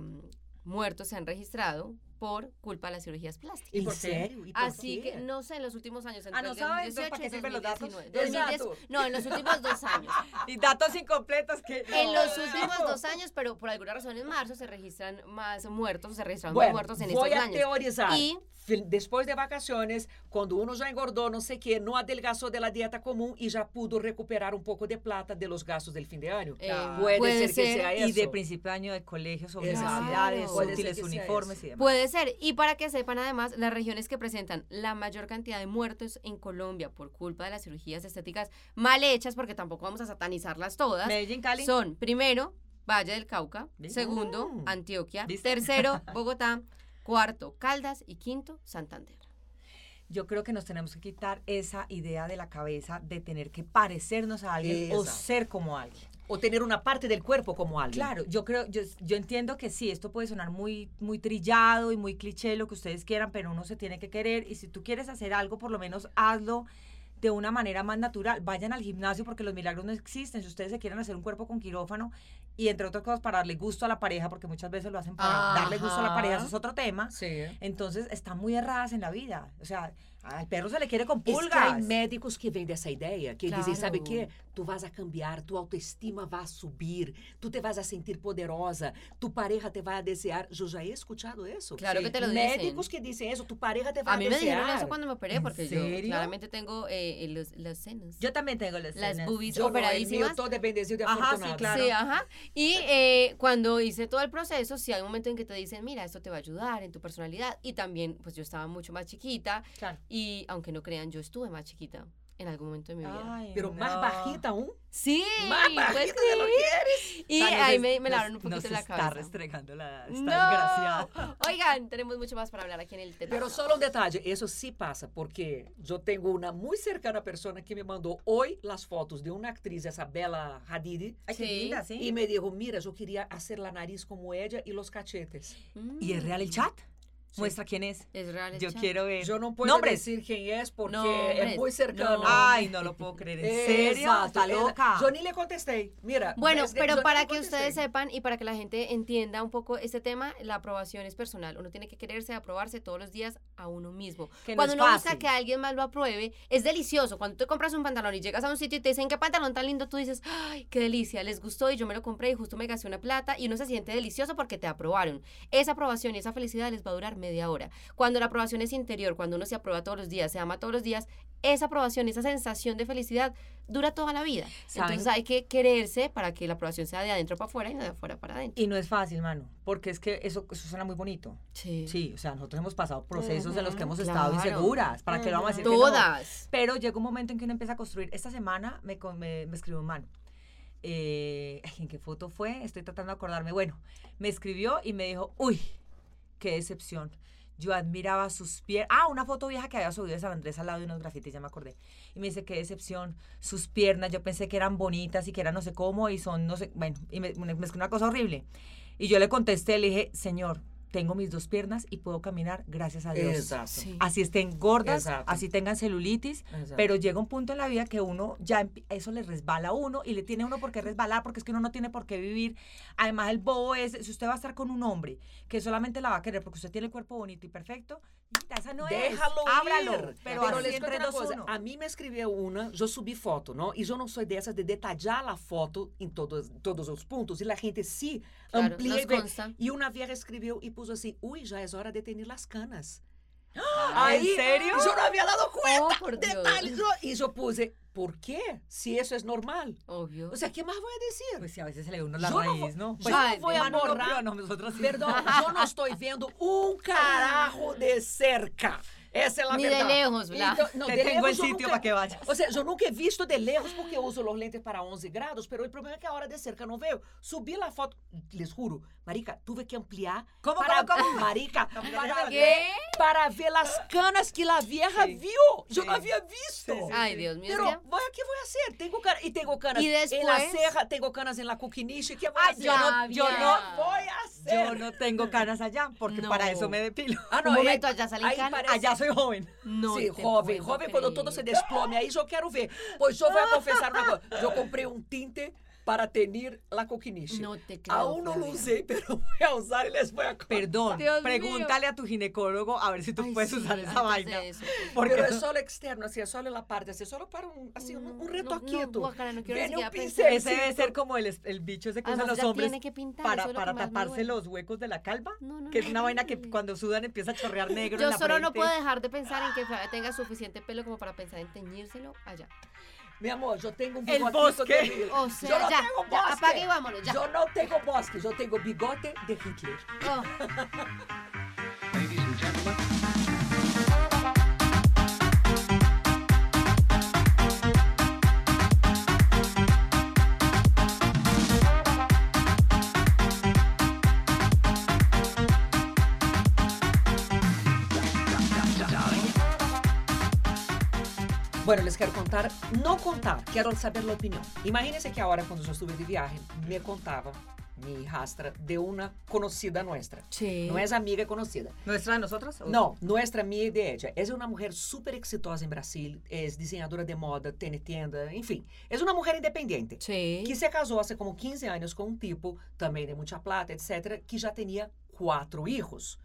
[SPEAKER 1] muertos se han registrado por culpa de las cirugías plásticas.
[SPEAKER 4] por
[SPEAKER 2] Em
[SPEAKER 4] qué?
[SPEAKER 2] sério? E por
[SPEAKER 1] Así
[SPEAKER 2] quê?
[SPEAKER 1] que, no sé, en los últimos años.
[SPEAKER 3] Ah, no
[SPEAKER 1] entre
[SPEAKER 3] sabes,
[SPEAKER 1] 2018
[SPEAKER 3] entonces, ¿para qué
[SPEAKER 1] y
[SPEAKER 3] sirven los datos?
[SPEAKER 1] 2019. 2010
[SPEAKER 3] Exacto.
[SPEAKER 1] no, en los últimos dos años.
[SPEAKER 3] Y datos incompletos que...
[SPEAKER 1] En los
[SPEAKER 3] No,
[SPEAKER 1] últimos
[SPEAKER 3] no.
[SPEAKER 1] dos años, pero por alguna razón en marzo se registran más muertos, se registraron
[SPEAKER 2] Bueno,
[SPEAKER 1] más muertos en
[SPEAKER 2] vou
[SPEAKER 1] estos
[SPEAKER 2] a
[SPEAKER 1] años.
[SPEAKER 2] teorizar.
[SPEAKER 1] E-
[SPEAKER 2] Fi- Depois de vacaciones, quando uno já engordou, não sei o quê, não adelgaçou da dieta comum e já pudo recuperar um pouco de plata de los gastos del fim de ano.
[SPEAKER 1] Eh,
[SPEAKER 2] puede,
[SPEAKER 1] puede
[SPEAKER 2] ser, que
[SPEAKER 1] ser,
[SPEAKER 2] sea
[SPEAKER 3] Y
[SPEAKER 2] eso.
[SPEAKER 3] de principio de año de colegios,
[SPEAKER 1] Claro.
[SPEAKER 3] universidades,
[SPEAKER 1] Puede
[SPEAKER 2] ser
[SPEAKER 3] útiles,
[SPEAKER 2] que sea
[SPEAKER 3] uniformes
[SPEAKER 2] eso.
[SPEAKER 3] y demás.
[SPEAKER 1] Puede ser. Y para que sepan, además, las regiones que presentan la mayor cantidad de muertos en Colombia por culpa de las cirugías estéticas mal hechas, porque tampoco vamos a satanizarlas todas,
[SPEAKER 3] Medellín, Cali.
[SPEAKER 1] son, primero, Valle del Cauca,
[SPEAKER 3] ¿Viste?
[SPEAKER 1] segundo,
[SPEAKER 2] Mm.
[SPEAKER 1] Antioquia,
[SPEAKER 3] ¿Viste?
[SPEAKER 1] tercero, Bogotá, cuarto, Caldas y quinto, Santander.
[SPEAKER 3] Yo creo que nos tenemos que quitar esa idea de la cabeza de tener que parecernos a alguien o
[SPEAKER 2] Esa.
[SPEAKER 3] ser como alguien.
[SPEAKER 2] Ou ter uma parte del cuerpo como alguém.
[SPEAKER 3] Claro, yo creo, yo, yo entiendo que sí, esto puede sonar muy, muy trillado y muy cliché, lo que ustedes quieran, pero uno se tiene que querer y si tú quieres hacer algo, por lo menos hazlo de una manera más natural. Vayan al gimnasio porque los milagros no existen. Si ustedes se quieren hacer un cuerpo con quirófano y entre otras cosas para darle gusto a la pareja, porque muchas veces lo hacen para darle gusto a la
[SPEAKER 2] Ajá.
[SPEAKER 3] pareja, eso es otro tema.
[SPEAKER 2] Sim.
[SPEAKER 3] Entonces están muy erradas en la vida. O sea, al perro se le quiere con
[SPEAKER 2] Es que hay
[SPEAKER 3] pulgas.
[SPEAKER 2] médicos que vêm dessa ideia, que dizem,
[SPEAKER 1] Claro.
[SPEAKER 2] sabe o quê? Tu vas a cambiar, tu autoestima vai subir, tu te vas a sentir poderosa, tu pareja te vai a desear. Eu já he escuchado isso.
[SPEAKER 1] Claro que te lo dicen.
[SPEAKER 2] Médicos que dicen eso, tu pareja te vai
[SPEAKER 1] A
[SPEAKER 2] a,
[SPEAKER 1] mí me
[SPEAKER 2] desear.
[SPEAKER 1] dijeron eso cuando me operé,
[SPEAKER 3] ¿En
[SPEAKER 1] porque yo
[SPEAKER 3] serio?
[SPEAKER 1] claramente tengo eh, los, los senos.
[SPEAKER 3] Yo también tengo las
[SPEAKER 1] las
[SPEAKER 3] cenas.
[SPEAKER 1] boobies
[SPEAKER 2] Yo no, el mío
[SPEAKER 1] operadísimas.
[SPEAKER 2] todo é bendecido e
[SPEAKER 3] Ajá, sí,
[SPEAKER 2] afortunado.
[SPEAKER 3] claro.
[SPEAKER 1] Sí, ajá. Y eh, cuando hice todo el proceso, sí hay un momento en que te dicen, mira, esto te va a ayudar en tu personalidad. Y también, pues yo estaba mucho más chiquita.
[SPEAKER 3] Claro.
[SPEAKER 1] Y aunque no crean, yo estuve más chiquita en algún momento de mi vida.
[SPEAKER 3] Ay,
[SPEAKER 2] Pero mais
[SPEAKER 3] no.
[SPEAKER 2] barrita um?
[SPEAKER 1] Sí,
[SPEAKER 2] Más bajita
[SPEAKER 1] pues
[SPEAKER 2] de lo
[SPEAKER 1] sí.
[SPEAKER 2] que
[SPEAKER 1] Y
[SPEAKER 3] Tan
[SPEAKER 1] ahí
[SPEAKER 3] nos-
[SPEAKER 1] me, me
[SPEAKER 3] nos-
[SPEAKER 1] lavaron un poquito
[SPEAKER 3] nos
[SPEAKER 1] la
[SPEAKER 3] Está
[SPEAKER 1] cabeza.
[SPEAKER 3] restregando la. Está
[SPEAKER 1] No.
[SPEAKER 3] desgraciada.
[SPEAKER 1] Oigan, tenemos mucho más para hablar aquí en el teto.
[SPEAKER 2] Pero só um detalhe, isso sim passa, porque eu tenho uma muito cercana pessoa que me mandou hoje as fotos de uma atriz, essa Bela Hadid,
[SPEAKER 3] Ay, qué
[SPEAKER 1] Sí.
[SPEAKER 3] linda, sí.
[SPEAKER 2] e me dijo, mira, eu queria hacer la nariz como ella e los cachetes.
[SPEAKER 1] Mm.
[SPEAKER 3] ¿Y es real el chat? Muestra quién es.
[SPEAKER 1] Es real. el
[SPEAKER 3] Yo
[SPEAKER 1] chat.
[SPEAKER 3] quiero ver.
[SPEAKER 2] Eu não posso
[SPEAKER 3] Nombres.
[SPEAKER 2] dizer quem é porque
[SPEAKER 1] No,
[SPEAKER 2] é
[SPEAKER 1] hombres,
[SPEAKER 2] muito cercano.
[SPEAKER 1] no.
[SPEAKER 3] Ay, no lo puedo creer. ¿En serio? Está loca.
[SPEAKER 2] Eu nem le contestei. Mira.
[SPEAKER 1] Bueno,
[SPEAKER 2] desde- yo
[SPEAKER 1] pero
[SPEAKER 2] ni
[SPEAKER 1] para
[SPEAKER 2] le
[SPEAKER 1] que
[SPEAKER 2] contesté.
[SPEAKER 1] ustedes sepan y para que la gente entienda un poco este tema, la aprobación es personal. Uno tiene que quererse, aprobarse todos los días a uno mismo.
[SPEAKER 3] Que no
[SPEAKER 1] cuando
[SPEAKER 3] es
[SPEAKER 1] uno busca
[SPEAKER 3] fácil.
[SPEAKER 1] que alguien más lo apruebe, es delicioso. Cuando tú compras un pantalón y llegas a un sitio y te dicen qué pantalón tan lindo, tú dices, ay, qué delicia, les gustó y yo me lo compré y justo me gasté una plata y uno se siente delicioso porque te aprobaron. Esa aprobación y esa felicidad les va a durar media hora. Cuando la aprobación es interior, cuando uno se aprueba todos los días, se ama todos los días, esa aprobación, esa sensación de felicidad dura toda la vida.
[SPEAKER 3] ¿Saben?
[SPEAKER 1] Entonces hay que quererse para que la aprobación sea de adentro para afuera y no de afuera para adentro.
[SPEAKER 3] Y no es fácil, mano, porque es que eso, eso suena muy bonito. Sí, o sea, nosotros hemos pasado procesos en los que hemos estado
[SPEAKER 1] Claro.
[SPEAKER 3] inseguras. ¿Para qué lo vamos a decir? que no?
[SPEAKER 1] Todas.
[SPEAKER 3] Pero llega un momento en que uno empieza a construir. Esta semana me, con- me, me escribió un man. Eh, ay, ¿En qué foto fue? Estoy tratando de acordarme. Bueno, me escribió y me dijo, uy, qué decepción. Yo admiraba sus piernas. Ah, una foto vieja que había subido de San Andrés al lado de unos grafitis, ya me acordé. Y me dice, qué decepción. Sus piernas, yo pensé que eran bonitas y que eran no sé cómo y son no sé. Bueno, y me, me escribió una cosa horrible. Y yo le contesté, le dije, señor, tengo mis dos piernas y puedo caminar gracias a Dios.
[SPEAKER 2] Exato.
[SPEAKER 1] Sí.
[SPEAKER 3] Así estén gordas,
[SPEAKER 2] Exacto.
[SPEAKER 3] así tengan celulitis,
[SPEAKER 2] Exacto.
[SPEAKER 3] pero llega un punto en la vida que uno ya empi- eso le resbala a uno y le tiene uno por qué resbalar porque es que uno no tiene por qué vivir. Además el bobo es, si usted va a estar con un hombre que solamente la va a querer porque usted tiene el cuerpo bonito y perfecto, mijita, essa no
[SPEAKER 2] Déjalo
[SPEAKER 3] es. Ábralo,
[SPEAKER 2] ir.
[SPEAKER 3] pero,
[SPEAKER 2] Pero
[SPEAKER 3] así
[SPEAKER 2] les conto
[SPEAKER 3] entre
[SPEAKER 2] uma
[SPEAKER 3] dos
[SPEAKER 2] coisa.
[SPEAKER 3] uno.
[SPEAKER 2] A mim me escreveu uma, eu subi foto, não? E eu não sou dessas de detalhar a foto em todos, todos os pontos. E a gente se
[SPEAKER 1] Claro,
[SPEAKER 2] amplia.
[SPEAKER 1] nos
[SPEAKER 2] e vê.
[SPEAKER 1] consta.
[SPEAKER 2] E uma vieja escreveu e pôs assim, ui, já é hora de ter as canas.
[SPEAKER 3] Ah, ¿en
[SPEAKER 2] Eu
[SPEAKER 3] serio?
[SPEAKER 2] não havia dado
[SPEAKER 1] Oh,
[SPEAKER 2] conta.
[SPEAKER 1] por Dios.
[SPEAKER 2] detalhes. eu- E eu puse, por quê? Se isso é normal.
[SPEAKER 1] Obvio.
[SPEAKER 2] O sea, ¿qué más voy a decir?
[SPEAKER 3] Pues sí, a veces se le ve uno la
[SPEAKER 2] Yo no
[SPEAKER 3] raíz, ¿no?
[SPEAKER 2] yo
[SPEAKER 3] Pues,
[SPEAKER 2] no voy a
[SPEAKER 3] mano, no,
[SPEAKER 2] borrar.
[SPEAKER 3] pero no, nosotros sí.
[SPEAKER 2] Perdón, yo no estoy viendo un carajo de um cerca. Essa é a
[SPEAKER 1] Ni de
[SPEAKER 2] verdade.
[SPEAKER 1] lejos, Bla.
[SPEAKER 2] Então, não,
[SPEAKER 3] Te
[SPEAKER 2] de
[SPEAKER 3] tengo el
[SPEAKER 2] lejos eu
[SPEAKER 3] sitio
[SPEAKER 2] nunca-
[SPEAKER 3] para que vayas.
[SPEAKER 2] Ou seja, eu nunca he visto de lejos porque eu uso os lentes para 11 graus, pero o problema é que a hora de cerca não veio. Subi lá a foto, les juro, Marica, tuve que ampliar.
[SPEAKER 3] Como,
[SPEAKER 2] para,
[SPEAKER 3] como, como?
[SPEAKER 2] Marica, para
[SPEAKER 3] ¿Qué?
[SPEAKER 2] ver, para ver as canas que la vieja
[SPEAKER 3] Sí.
[SPEAKER 2] viu. Eu
[SPEAKER 3] Sí.
[SPEAKER 2] não havia visto.
[SPEAKER 3] Sí, sí.
[SPEAKER 1] Ay, Dios mío. es
[SPEAKER 2] Pero,
[SPEAKER 1] que-
[SPEAKER 2] voy, ¿qué voy a hacer? Tengo canas, y tengo canas
[SPEAKER 1] Y
[SPEAKER 2] en la
[SPEAKER 1] después- Ah,
[SPEAKER 2] ceja, tengo canas en la cuquiniche. ¿Qué voy a
[SPEAKER 3] Ay,
[SPEAKER 2] hacer?
[SPEAKER 3] yo no, yo
[SPEAKER 1] Sabia.
[SPEAKER 2] no
[SPEAKER 3] no,
[SPEAKER 2] voy a hacer.
[SPEAKER 3] yo no tengo canas allá, porque
[SPEAKER 1] No. Mm.
[SPEAKER 3] para eso me depilo.
[SPEAKER 2] Ah,
[SPEAKER 1] Un
[SPEAKER 2] aí-
[SPEAKER 1] momento, allá salen
[SPEAKER 2] aí
[SPEAKER 1] canas.
[SPEAKER 2] parece-
[SPEAKER 3] Allá soy joven.
[SPEAKER 1] No
[SPEAKER 2] Sim,
[SPEAKER 1] te
[SPEAKER 2] jovem,
[SPEAKER 1] puedo
[SPEAKER 2] jovem, quando
[SPEAKER 1] creer.
[SPEAKER 2] todo se desplome aí, eu quero ver. Pois eu vou confessar uma coisa. Eu comprei um tinte para tenir la coquiniche.
[SPEAKER 1] No te creo,
[SPEAKER 2] Aún não
[SPEAKER 1] Flavia.
[SPEAKER 2] usei, pero voy a usar e les voy a contar.
[SPEAKER 3] Perdón,
[SPEAKER 1] Dios mío.
[SPEAKER 3] pregúntale a tu ginecólogo a ver si tú
[SPEAKER 1] Ay,
[SPEAKER 3] puedes
[SPEAKER 1] sí,
[SPEAKER 3] usar esa
[SPEAKER 1] antes de
[SPEAKER 3] vaina.
[SPEAKER 1] eso.
[SPEAKER 3] Porque
[SPEAKER 2] Pero é só o externo, assim, é só la parte, assim, só para um, assim,
[SPEAKER 1] No,
[SPEAKER 2] um,
[SPEAKER 1] no,
[SPEAKER 2] um
[SPEAKER 1] no,
[SPEAKER 2] retoquito.
[SPEAKER 1] guácala, no quiero ni
[SPEAKER 2] Viene un
[SPEAKER 1] siquiera
[SPEAKER 2] pincel,
[SPEAKER 1] pensar.
[SPEAKER 3] ese debe ser como el, es- el bicho ese que usan
[SPEAKER 1] Además,
[SPEAKER 3] los
[SPEAKER 1] ya
[SPEAKER 3] hombres
[SPEAKER 1] tiene que pintar,
[SPEAKER 3] para,
[SPEAKER 1] eso es lo
[SPEAKER 3] para
[SPEAKER 1] que más me
[SPEAKER 3] taparse
[SPEAKER 1] duele.
[SPEAKER 3] los huecos de la calva,
[SPEAKER 1] No, no,
[SPEAKER 3] que
[SPEAKER 1] no,
[SPEAKER 3] es una vaina que
[SPEAKER 1] horrible.
[SPEAKER 3] cuando sudan empieza a chorrear negro en
[SPEAKER 1] Yo
[SPEAKER 3] la
[SPEAKER 1] solo no
[SPEAKER 3] frente.
[SPEAKER 1] puedo dejar de pensar en que Flavia tenga suficiente pelo como para pensar en teñírselo allá.
[SPEAKER 2] Meu amor, eu tenho um
[SPEAKER 3] El
[SPEAKER 2] bigotito
[SPEAKER 3] bosque.
[SPEAKER 2] de Hitler.
[SPEAKER 1] O
[SPEAKER 2] eu
[SPEAKER 1] sea,
[SPEAKER 2] não
[SPEAKER 1] ya, ya,
[SPEAKER 2] tenho bosque.
[SPEAKER 1] apague y vámonos, ya.
[SPEAKER 2] Eu não tenho bosque, eu tenho bigote de Hitler.
[SPEAKER 1] Oh.
[SPEAKER 4] Ladies and gentlemen,
[SPEAKER 2] Bueno, les quiero contar, no contar, quiero saber la opinión. Imagínense que ahora cuando yo estuve de viaje, me contaba mi hijastra de una conocida nuestra.
[SPEAKER 1] Sí.
[SPEAKER 2] No es amiga conocida.
[SPEAKER 3] ¿Nuestra de nosotros? ¿O-
[SPEAKER 2] No, nuestra amiga de ella. Es una mujer súper exitosa en Brasil, es diseñadora de moda, tiene tienda, enfim. Es una mujer independiente.
[SPEAKER 1] Sí.
[SPEAKER 2] Que se casou há como 15 anos com um tipo, também de muita plata, etc., que já tinha quatro hijos.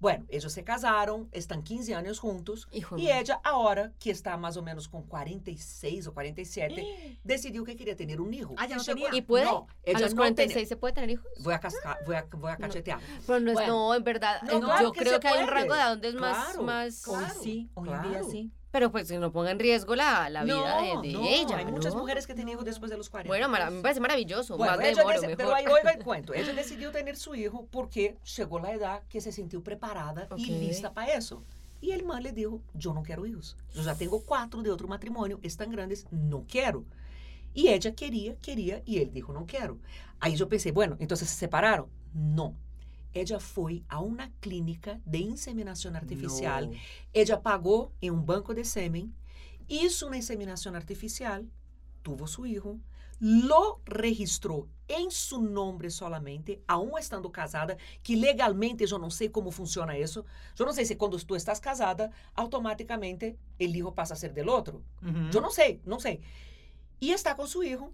[SPEAKER 2] Bueno, eles se casaram, estão 15 anos juntos,
[SPEAKER 1] Hijo de
[SPEAKER 2] e
[SPEAKER 1] madre.
[SPEAKER 2] ela, a hora que está mais ou menos com 46 ou 47, decidiu que queria ter um hijo.
[SPEAKER 3] Ah, já
[SPEAKER 2] E
[SPEAKER 3] não
[SPEAKER 2] chegou
[SPEAKER 3] tinha?
[SPEAKER 2] a-
[SPEAKER 1] ¿Y puede?
[SPEAKER 2] Não,
[SPEAKER 1] ¿A
[SPEAKER 2] ella
[SPEAKER 1] los
[SPEAKER 2] não
[SPEAKER 1] 46
[SPEAKER 2] tem-
[SPEAKER 1] se puede tener hijos?
[SPEAKER 2] Vou a, casca... vou a, vou a cachetear.
[SPEAKER 1] Pero no, es,
[SPEAKER 2] Bueno.
[SPEAKER 1] no en verdad,
[SPEAKER 2] No,
[SPEAKER 1] eh,
[SPEAKER 2] claro
[SPEAKER 1] yo
[SPEAKER 2] que
[SPEAKER 1] creo
[SPEAKER 2] se
[SPEAKER 1] que hay un
[SPEAKER 2] puede.
[SPEAKER 1] rango de edad donde es más,
[SPEAKER 2] Claro,
[SPEAKER 1] más...
[SPEAKER 3] Hoy
[SPEAKER 2] claro,
[SPEAKER 3] sí, hoy en día
[SPEAKER 2] claro.
[SPEAKER 3] sí.
[SPEAKER 1] Pero pues que no ponga en riesgo la, la vida
[SPEAKER 2] não,
[SPEAKER 1] de, de
[SPEAKER 2] não,
[SPEAKER 1] ella,
[SPEAKER 2] há muitas
[SPEAKER 1] ¿no?
[SPEAKER 2] mulheres que têm hijo depois dos 40.
[SPEAKER 1] Bueno, mara- me parece maravilloso,
[SPEAKER 2] Bueno,
[SPEAKER 1] más de
[SPEAKER 2] ella
[SPEAKER 1] moro,
[SPEAKER 2] deci-
[SPEAKER 1] mejor.
[SPEAKER 2] Pero ahí voy al cuento. Ella decidió tener su hijo porque llegó la edad que se sintió preparada
[SPEAKER 1] Ok.
[SPEAKER 2] y lista para eso. Y el man le dijo, yo no quiero hijos. Yo ya tengo cuatro de otro matrimonio, están grandes, no quiero. Y ella quería, quería, y él dijo, no quiero. Ahí yo pensé, bueno, entonces se separaron. No. Ella fue a una clínica de inseminación artificial
[SPEAKER 3] No.
[SPEAKER 2] ella pagou em um banco de sêmen, isso na inseminação artificial, tuvo su hijo, lo registrou em seu nome solamente, aún estando casada, que legalmente eu não sei como funciona isso. Eu não sei se quando tu estás casada, automaticamente o hijo passa a ser del outro.
[SPEAKER 3] Ujú.
[SPEAKER 2] Eu não sei, não sei. E está com seu filho,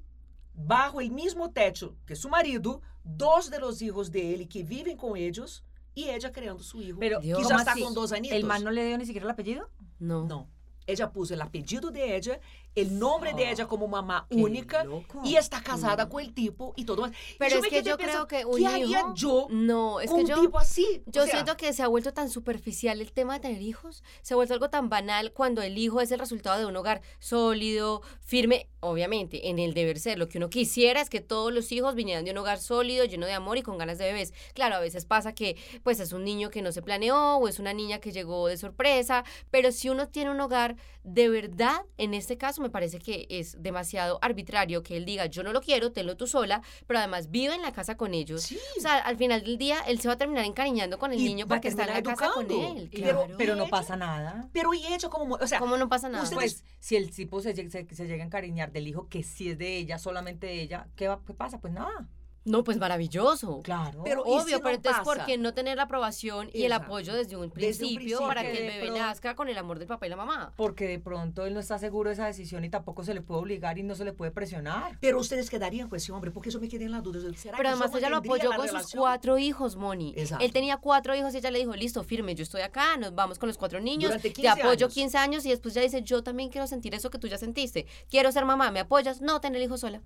[SPEAKER 2] barro o mesmo techo que seu marido, dois de los hijos dele que vivem com eles, e ella criando seu filho,
[SPEAKER 3] Pero,
[SPEAKER 1] Dios.
[SPEAKER 2] que já
[SPEAKER 3] ¿cómo
[SPEAKER 2] está
[SPEAKER 3] así?
[SPEAKER 2] com dois anitos.
[SPEAKER 3] ¿El man no le dio ni siquiera el apellido?
[SPEAKER 1] No.
[SPEAKER 2] Não. Ella pôs o apelido de ella, o nome
[SPEAKER 1] Ah.
[SPEAKER 2] de ella como mamá
[SPEAKER 3] Qué
[SPEAKER 2] única
[SPEAKER 3] loco.
[SPEAKER 2] e está casada com o tipo e todo mais.
[SPEAKER 1] Mm. Pero es que yo creo que un hijo- No, es que
[SPEAKER 2] um
[SPEAKER 1] yo...
[SPEAKER 2] tipo assim?
[SPEAKER 1] Yo siento que se ha vuelto tan superficial el tema de tener hijos, se ha vuelto algo tan banal cuando el hijo es el resultado de un hogar sólido, firme, obviamente, en el deber ser. Lo que uno quisiera es que todos los hijos vinieran de un hogar sólido, lleno de amor y con ganas de bebés. Claro, a veces pasa que pues es un niño que no se planeó o es una niña que llegó de sorpresa, pero si uno tiene un hogar de verdad, en este caso me parece que es demasiado arbitrario que él diga, yo no lo quiero, tenlo tú sola, pero además vive en la casa con ellos.
[SPEAKER 2] Sí.
[SPEAKER 1] O sea, al final del día, él se va a terminar encariñando con el
[SPEAKER 2] Y
[SPEAKER 1] niño
[SPEAKER 2] va a
[SPEAKER 1] porque está en la
[SPEAKER 2] terminar
[SPEAKER 1] casa con
[SPEAKER 2] educando.
[SPEAKER 1] él.
[SPEAKER 2] Y-
[SPEAKER 1] Claro.
[SPEAKER 3] Pero, pero no pasa nada.
[SPEAKER 2] Pero e ella como, o sea,
[SPEAKER 1] ¿Cómo no pasa nada?
[SPEAKER 2] Ustedes-
[SPEAKER 3] Pues, si el tipo se, lleg- se- se llega a encariñar del hijo, que si es de ella, solamente de ella, ¿qué, va- qué pasa? Pues nada.
[SPEAKER 1] no, pues maravilloso.
[SPEAKER 3] Claro.
[SPEAKER 2] Pero- ¿y si
[SPEAKER 1] Obvio,
[SPEAKER 2] no
[SPEAKER 1] pero entonces,
[SPEAKER 2] pasa?
[SPEAKER 1] ¿por qué no tener la aprobación y el
[SPEAKER 2] Exacto.
[SPEAKER 1] apoyo desde un
[SPEAKER 2] Desde un
[SPEAKER 1] principio, para
[SPEAKER 2] principio.
[SPEAKER 1] que el bebé
[SPEAKER 3] Porque de
[SPEAKER 1] nazca con el amor del papá y la mamá?
[SPEAKER 3] porque de pronto él no está seguro de esa decisión y tampoco se le puede obligar y no se le puede presionar.
[SPEAKER 2] pero ustedes quedarían com esse homem porque eu me quedei na dúvida. eu disse, Será
[SPEAKER 1] Pero
[SPEAKER 2] que
[SPEAKER 1] además
[SPEAKER 2] yo
[SPEAKER 1] ella lo
[SPEAKER 2] mantendría
[SPEAKER 1] apoyó
[SPEAKER 2] la
[SPEAKER 1] con sus
[SPEAKER 2] relación?
[SPEAKER 1] cuatro hijos, Moni.
[SPEAKER 2] Exacto.
[SPEAKER 1] Él tenía cuatro hijos y ella le dijo, listo, firme, yo estoy acá, nos vamos con los cuatro niños,
[SPEAKER 2] Durante
[SPEAKER 1] te
[SPEAKER 2] 15
[SPEAKER 1] apoyo
[SPEAKER 2] años.
[SPEAKER 1] 15 años y después ya dice, yo también quiero sentir eso que tú ya sentiste, quiero ser mamá, ¿me apoyas? No, tener hijos sola.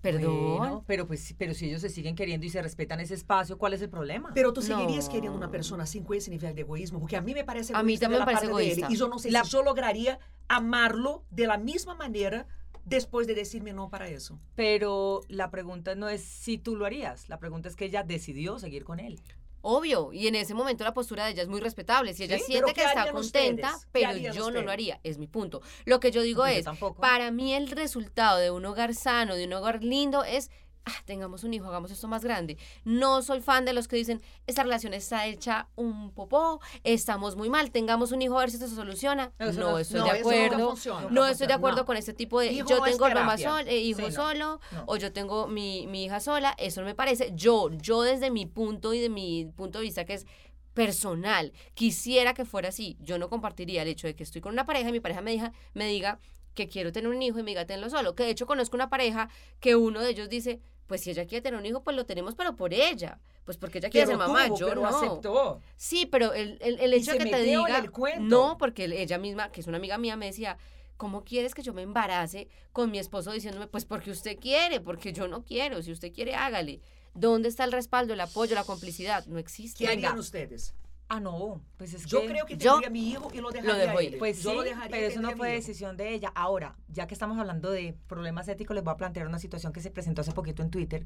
[SPEAKER 1] Perdón.
[SPEAKER 3] Bueno, pero, pues, si- pero si ellos se siguen queriendo y se respetan ese espacio, ¿cuál es el problema?
[SPEAKER 2] Pero tu seguirias
[SPEAKER 1] No.
[SPEAKER 2] querendo uma pessoa assim com esse nível de egoísmo? Porque a mim me parece
[SPEAKER 1] A mim
[SPEAKER 2] egoísta
[SPEAKER 1] também
[SPEAKER 2] pela
[SPEAKER 1] parece
[SPEAKER 2] parte
[SPEAKER 1] egoísta.
[SPEAKER 2] Dele, e eu não sei
[SPEAKER 3] La-
[SPEAKER 2] se eu lograria amá-lo da mesma maneira depois de dizer-me não para isso.
[SPEAKER 3] Pero la pregunta no es si tú lo harías, la pregunta es que ella decidió seguir con él.
[SPEAKER 1] Obvio, y en ese momento la postura de ella es muy respetable. Si ella
[SPEAKER 2] Sí, pero
[SPEAKER 1] siente que
[SPEAKER 2] ¿qué
[SPEAKER 1] está
[SPEAKER 2] harían
[SPEAKER 1] contenta,
[SPEAKER 2] ustedes? ¿Qué
[SPEAKER 1] pero yo
[SPEAKER 2] harían
[SPEAKER 1] no lo
[SPEAKER 2] ustedes?
[SPEAKER 1] haría, es mi punto. Lo que yo digo
[SPEAKER 3] Pues yo
[SPEAKER 1] es,
[SPEAKER 3] tampoco.
[SPEAKER 1] para mí el resultado de un hogar sano, de un hogar lindo, es, "Ah, tengamos un hijo, hagamos esto más grande. No soy fan de los que dicen, esta relación está hecha un popó, estamos muy mal, tengamos un hijo a ver si esto se soluciona. No,
[SPEAKER 3] Eso no-
[SPEAKER 1] estoy
[SPEAKER 2] no,
[SPEAKER 1] de
[SPEAKER 2] eso nunca
[SPEAKER 1] acuerdo.
[SPEAKER 2] funciona.
[SPEAKER 1] No, estoy
[SPEAKER 2] Nunca
[SPEAKER 1] de
[SPEAKER 2] funciona,
[SPEAKER 1] acuerdo
[SPEAKER 2] no.
[SPEAKER 1] con ese tipo de,
[SPEAKER 2] Hijo
[SPEAKER 1] yo
[SPEAKER 2] no es
[SPEAKER 1] tengo mamá
[SPEAKER 2] terapia.
[SPEAKER 1] sol- eh, hijo
[SPEAKER 2] Sí, no.
[SPEAKER 1] solo,
[SPEAKER 3] No.
[SPEAKER 1] o yo tengo mi, mi hija sola, eso no me parece. Yo, yo desde mi punto y de mi punto de vista que es personal, quisiera que fuera así. Yo no compartiría el hecho de que estoy con una pareja y mi pareja me, diga, me diga que quiero tener un hijo y me diga tenlo solo. Que de hecho conozco una pareja que uno de ellos dice, pues si ella quiere tener un hijo, pues lo tenemos, pero por ella. Pues porque ella quiere
[SPEAKER 2] Pero
[SPEAKER 1] ser mamá,
[SPEAKER 2] tuvo,
[SPEAKER 1] yo
[SPEAKER 2] pero
[SPEAKER 1] no.
[SPEAKER 2] aceptó.
[SPEAKER 1] Sí, pero el, el, el
[SPEAKER 2] Y
[SPEAKER 1] hecho de
[SPEAKER 2] se
[SPEAKER 1] que te
[SPEAKER 2] metió en
[SPEAKER 1] diga.
[SPEAKER 2] el cuento.
[SPEAKER 1] No, porque el- ella misma, que es una amiga mía, me decía. ¿Cómo quieres que yo me embarace con mi esposo diciéndome, pues porque usted quiere, porque yo no quiero, si usted quiere, hágale? ¿Dónde está el respaldo, el apoyo, la complicidad? No existe.
[SPEAKER 2] ¿Qué harían
[SPEAKER 3] Venga.
[SPEAKER 2] ustedes?
[SPEAKER 3] Ah, no, pues es
[SPEAKER 2] Yo
[SPEAKER 3] que...
[SPEAKER 2] creo que
[SPEAKER 1] yo
[SPEAKER 2] tendría a mi hijo y lo dejaría
[SPEAKER 1] dejo
[SPEAKER 2] a
[SPEAKER 1] ir.
[SPEAKER 2] él.
[SPEAKER 3] Pues
[SPEAKER 2] yo
[SPEAKER 3] sí,
[SPEAKER 2] lo dejaría y
[SPEAKER 3] pero eso no
[SPEAKER 2] tendría a
[SPEAKER 3] fue
[SPEAKER 2] mi hijo.
[SPEAKER 3] decisión de ella. Ahora, ya que estamos hablando de problemas éticos, les voy a plantear una situación que se presentó hace poquito en Twitter,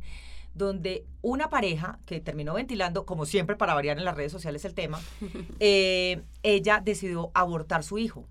[SPEAKER 3] donde una pareja que terminó ventilando, como siempre para variar en las redes sociales el tema, eh, ella decidió abortar su hijo.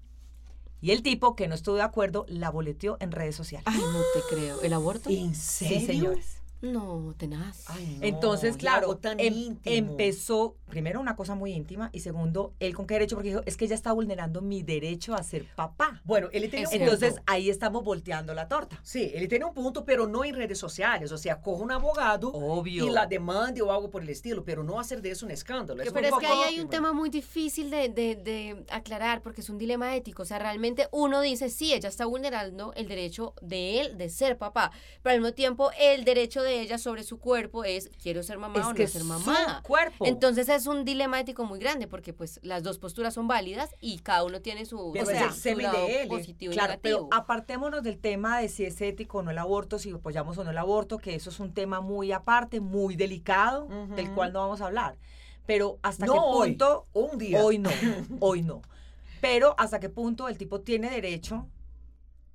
[SPEAKER 3] Y el tipo, que no estuvo de acuerdo, la boleteó en redes sociales.
[SPEAKER 1] Ay, no te creo. ¿El aborto?
[SPEAKER 2] ¿En
[SPEAKER 3] Sí,
[SPEAKER 2] serio?
[SPEAKER 3] señores.
[SPEAKER 1] No, tenaz.
[SPEAKER 2] Ay, no,
[SPEAKER 3] Entonces,
[SPEAKER 2] ya
[SPEAKER 3] claro,
[SPEAKER 2] algo tan
[SPEAKER 3] em-
[SPEAKER 2] íntimo.
[SPEAKER 3] empezó, primero, una cosa muy íntima, y segundo, él con qué derecho, porque dijo, es que ella está vulnerando mi derecho a ser papá.
[SPEAKER 2] Bueno, él tenía
[SPEAKER 1] Es
[SPEAKER 2] un
[SPEAKER 1] cierto.
[SPEAKER 3] Entonces
[SPEAKER 2] punto.
[SPEAKER 3] ahí estamos volteando la torta.
[SPEAKER 2] Sí, ele tem um ponto, pero não em redes sociais. Ou seja, corra um abogado
[SPEAKER 3] Obvio.
[SPEAKER 2] e la demande ou algo por el estilo, pero não hacer de isso um escândalo.
[SPEAKER 1] Que-
[SPEAKER 2] un
[SPEAKER 1] Pero es
[SPEAKER 2] poco
[SPEAKER 1] que ahí hay un
[SPEAKER 2] óptimo.
[SPEAKER 1] tema muy difícil de, de- de aclarar porque es un dilema ético. O sea, realmente uno dice, sí, ella está vulnerando el derecho de él de ser papá, pero al mismo tiempo el derecho de ella sobre su cuerpo es, quiero ser mamá o no ser mamá.
[SPEAKER 3] cuerpo.
[SPEAKER 1] Entonces es un dilema ético muy grande porque pues las dos posturas son válidas y cada uno tiene su,
[SPEAKER 2] Pero
[SPEAKER 1] su
[SPEAKER 2] es el semen
[SPEAKER 1] lado
[SPEAKER 2] de él,
[SPEAKER 1] positivo y
[SPEAKER 3] claro,
[SPEAKER 1] negativo.
[SPEAKER 3] pero apartémonos del tema de si es ético o no el aborto, si apoyamos o no el aborto, que eso es un tema muy aparte, muy delicado,
[SPEAKER 2] Ujú.
[SPEAKER 3] del cual no vamos a hablar. Pero hasta
[SPEAKER 2] No
[SPEAKER 3] qué
[SPEAKER 2] hoy,
[SPEAKER 3] punto
[SPEAKER 2] un día.
[SPEAKER 3] hoy no, hoy no. Pero hasta qué punto el tipo tiene derecho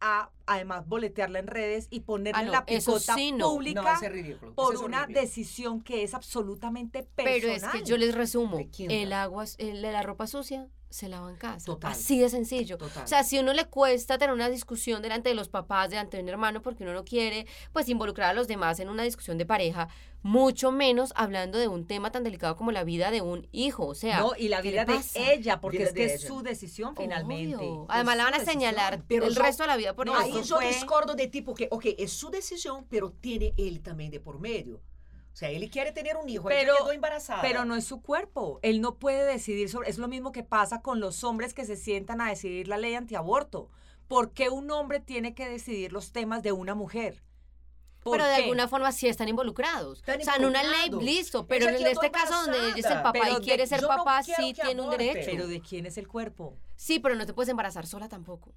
[SPEAKER 3] a además boletearla en redes y ponerle
[SPEAKER 1] Ah, no,
[SPEAKER 3] la
[SPEAKER 1] eso
[SPEAKER 3] picota
[SPEAKER 1] sí no.
[SPEAKER 2] No,
[SPEAKER 3] pública
[SPEAKER 2] eso es ridículo.
[SPEAKER 3] por
[SPEAKER 2] eso es
[SPEAKER 3] una
[SPEAKER 2] horrible.
[SPEAKER 3] decisión que es absolutamente personal.
[SPEAKER 1] Pero es que yo les resumo,
[SPEAKER 2] ¿De quién,
[SPEAKER 1] el
[SPEAKER 2] Dani?
[SPEAKER 1] agua, el- la ropa sucia se lava en casa.
[SPEAKER 2] Total.
[SPEAKER 1] Así de sencillo.
[SPEAKER 2] Total.
[SPEAKER 1] O sea, si uno le cuesta tener una discusión delante de los papás, delante de un hermano, porque uno no quiere, pues, involucrar a los demás en una discusión de pareja, mucho menos hablando de un tema tan delicado como la vida de un hijo. O sea,
[SPEAKER 3] No, y la
[SPEAKER 1] ¿qué le
[SPEAKER 3] vida de
[SPEAKER 1] pasa?
[SPEAKER 3] ella, porque
[SPEAKER 2] Vida
[SPEAKER 3] es que
[SPEAKER 2] de
[SPEAKER 3] es
[SPEAKER 2] ella.
[SPEAKER 3] su decisión finalmente.
[SPEAKER 1] Obvio.
[SPEAKER 3] Es
[SPEAKER 1] Además, la
[SPEAKER 3] su
[SPEAKER 1] van a
[SPEAKER 2] pues,
[SPEAKER 3] decisión.
[SPEAKER 1] señalar
[SPEAKER 2] pero
[SPEAKER 1] el
[SPEAKER 2] yo-
[SPEAKER 1] resto de la vida por
[SPEAKER 2] No,
[SPEAKER 1] eso.
[SPEAKER 2] ahí yo
[SPEAKER 3] fue-
[SPEAKER 2] discordo de tipo que, ok, es su decisión, pero tiene él también de por medio. O sea, él quiere tener un hijo, pero,
[SPEAKER 3] Pero-
[SPEAKER 2] ella quedó embarazada.
[SPEAKER 3] Pero no es su cuerpo. Él no puede decidir sobre. Es lo mismo que pasa con los hombres que se sientan a decidir la ley antiaborto. ¿Por qué un hombre tiene que decidir los temas de una mujer? ¿Por
[SPEAKER 1] Pero de
[SPEAKER 3] qué?
[SPEAKER 1] alguna forma sí están involucrados.
[SPEAKER 2] Están
[SPEAKER 1] o sea, en una ley,
[SPEAKER 2] involucrados.
[SPEAKER 1] listo. Pero
[SPEAKER 2] Ella
[SPEAKER 1] en
[SPEAKER 2] quedó
[SPEAKER 1] este caso donde ella es el
[SPEAKER 2] embarazada.
[SPEAKER 1] papá
[SPEAKER 3] Pero
[SPEAKER 1] y
[SPEAKER 3] de-
[SPEAKER 1] quiere ser
[SPEAKER 2] yo no
[SPEAKER 1] papá,
[SPEAKER 2] quiero
[SPEAKER 1] sí
[SPEAKER 2] que
[SPEAKER 1] tiene un
[SPEAKER 2] aborte.
[SPEAKER 1] derecho.
[SPEAKER 3] Pero de quién es el cuerpo.
[SPEAKER 1] Sí, pero no te puedes embarazar sola tampoco.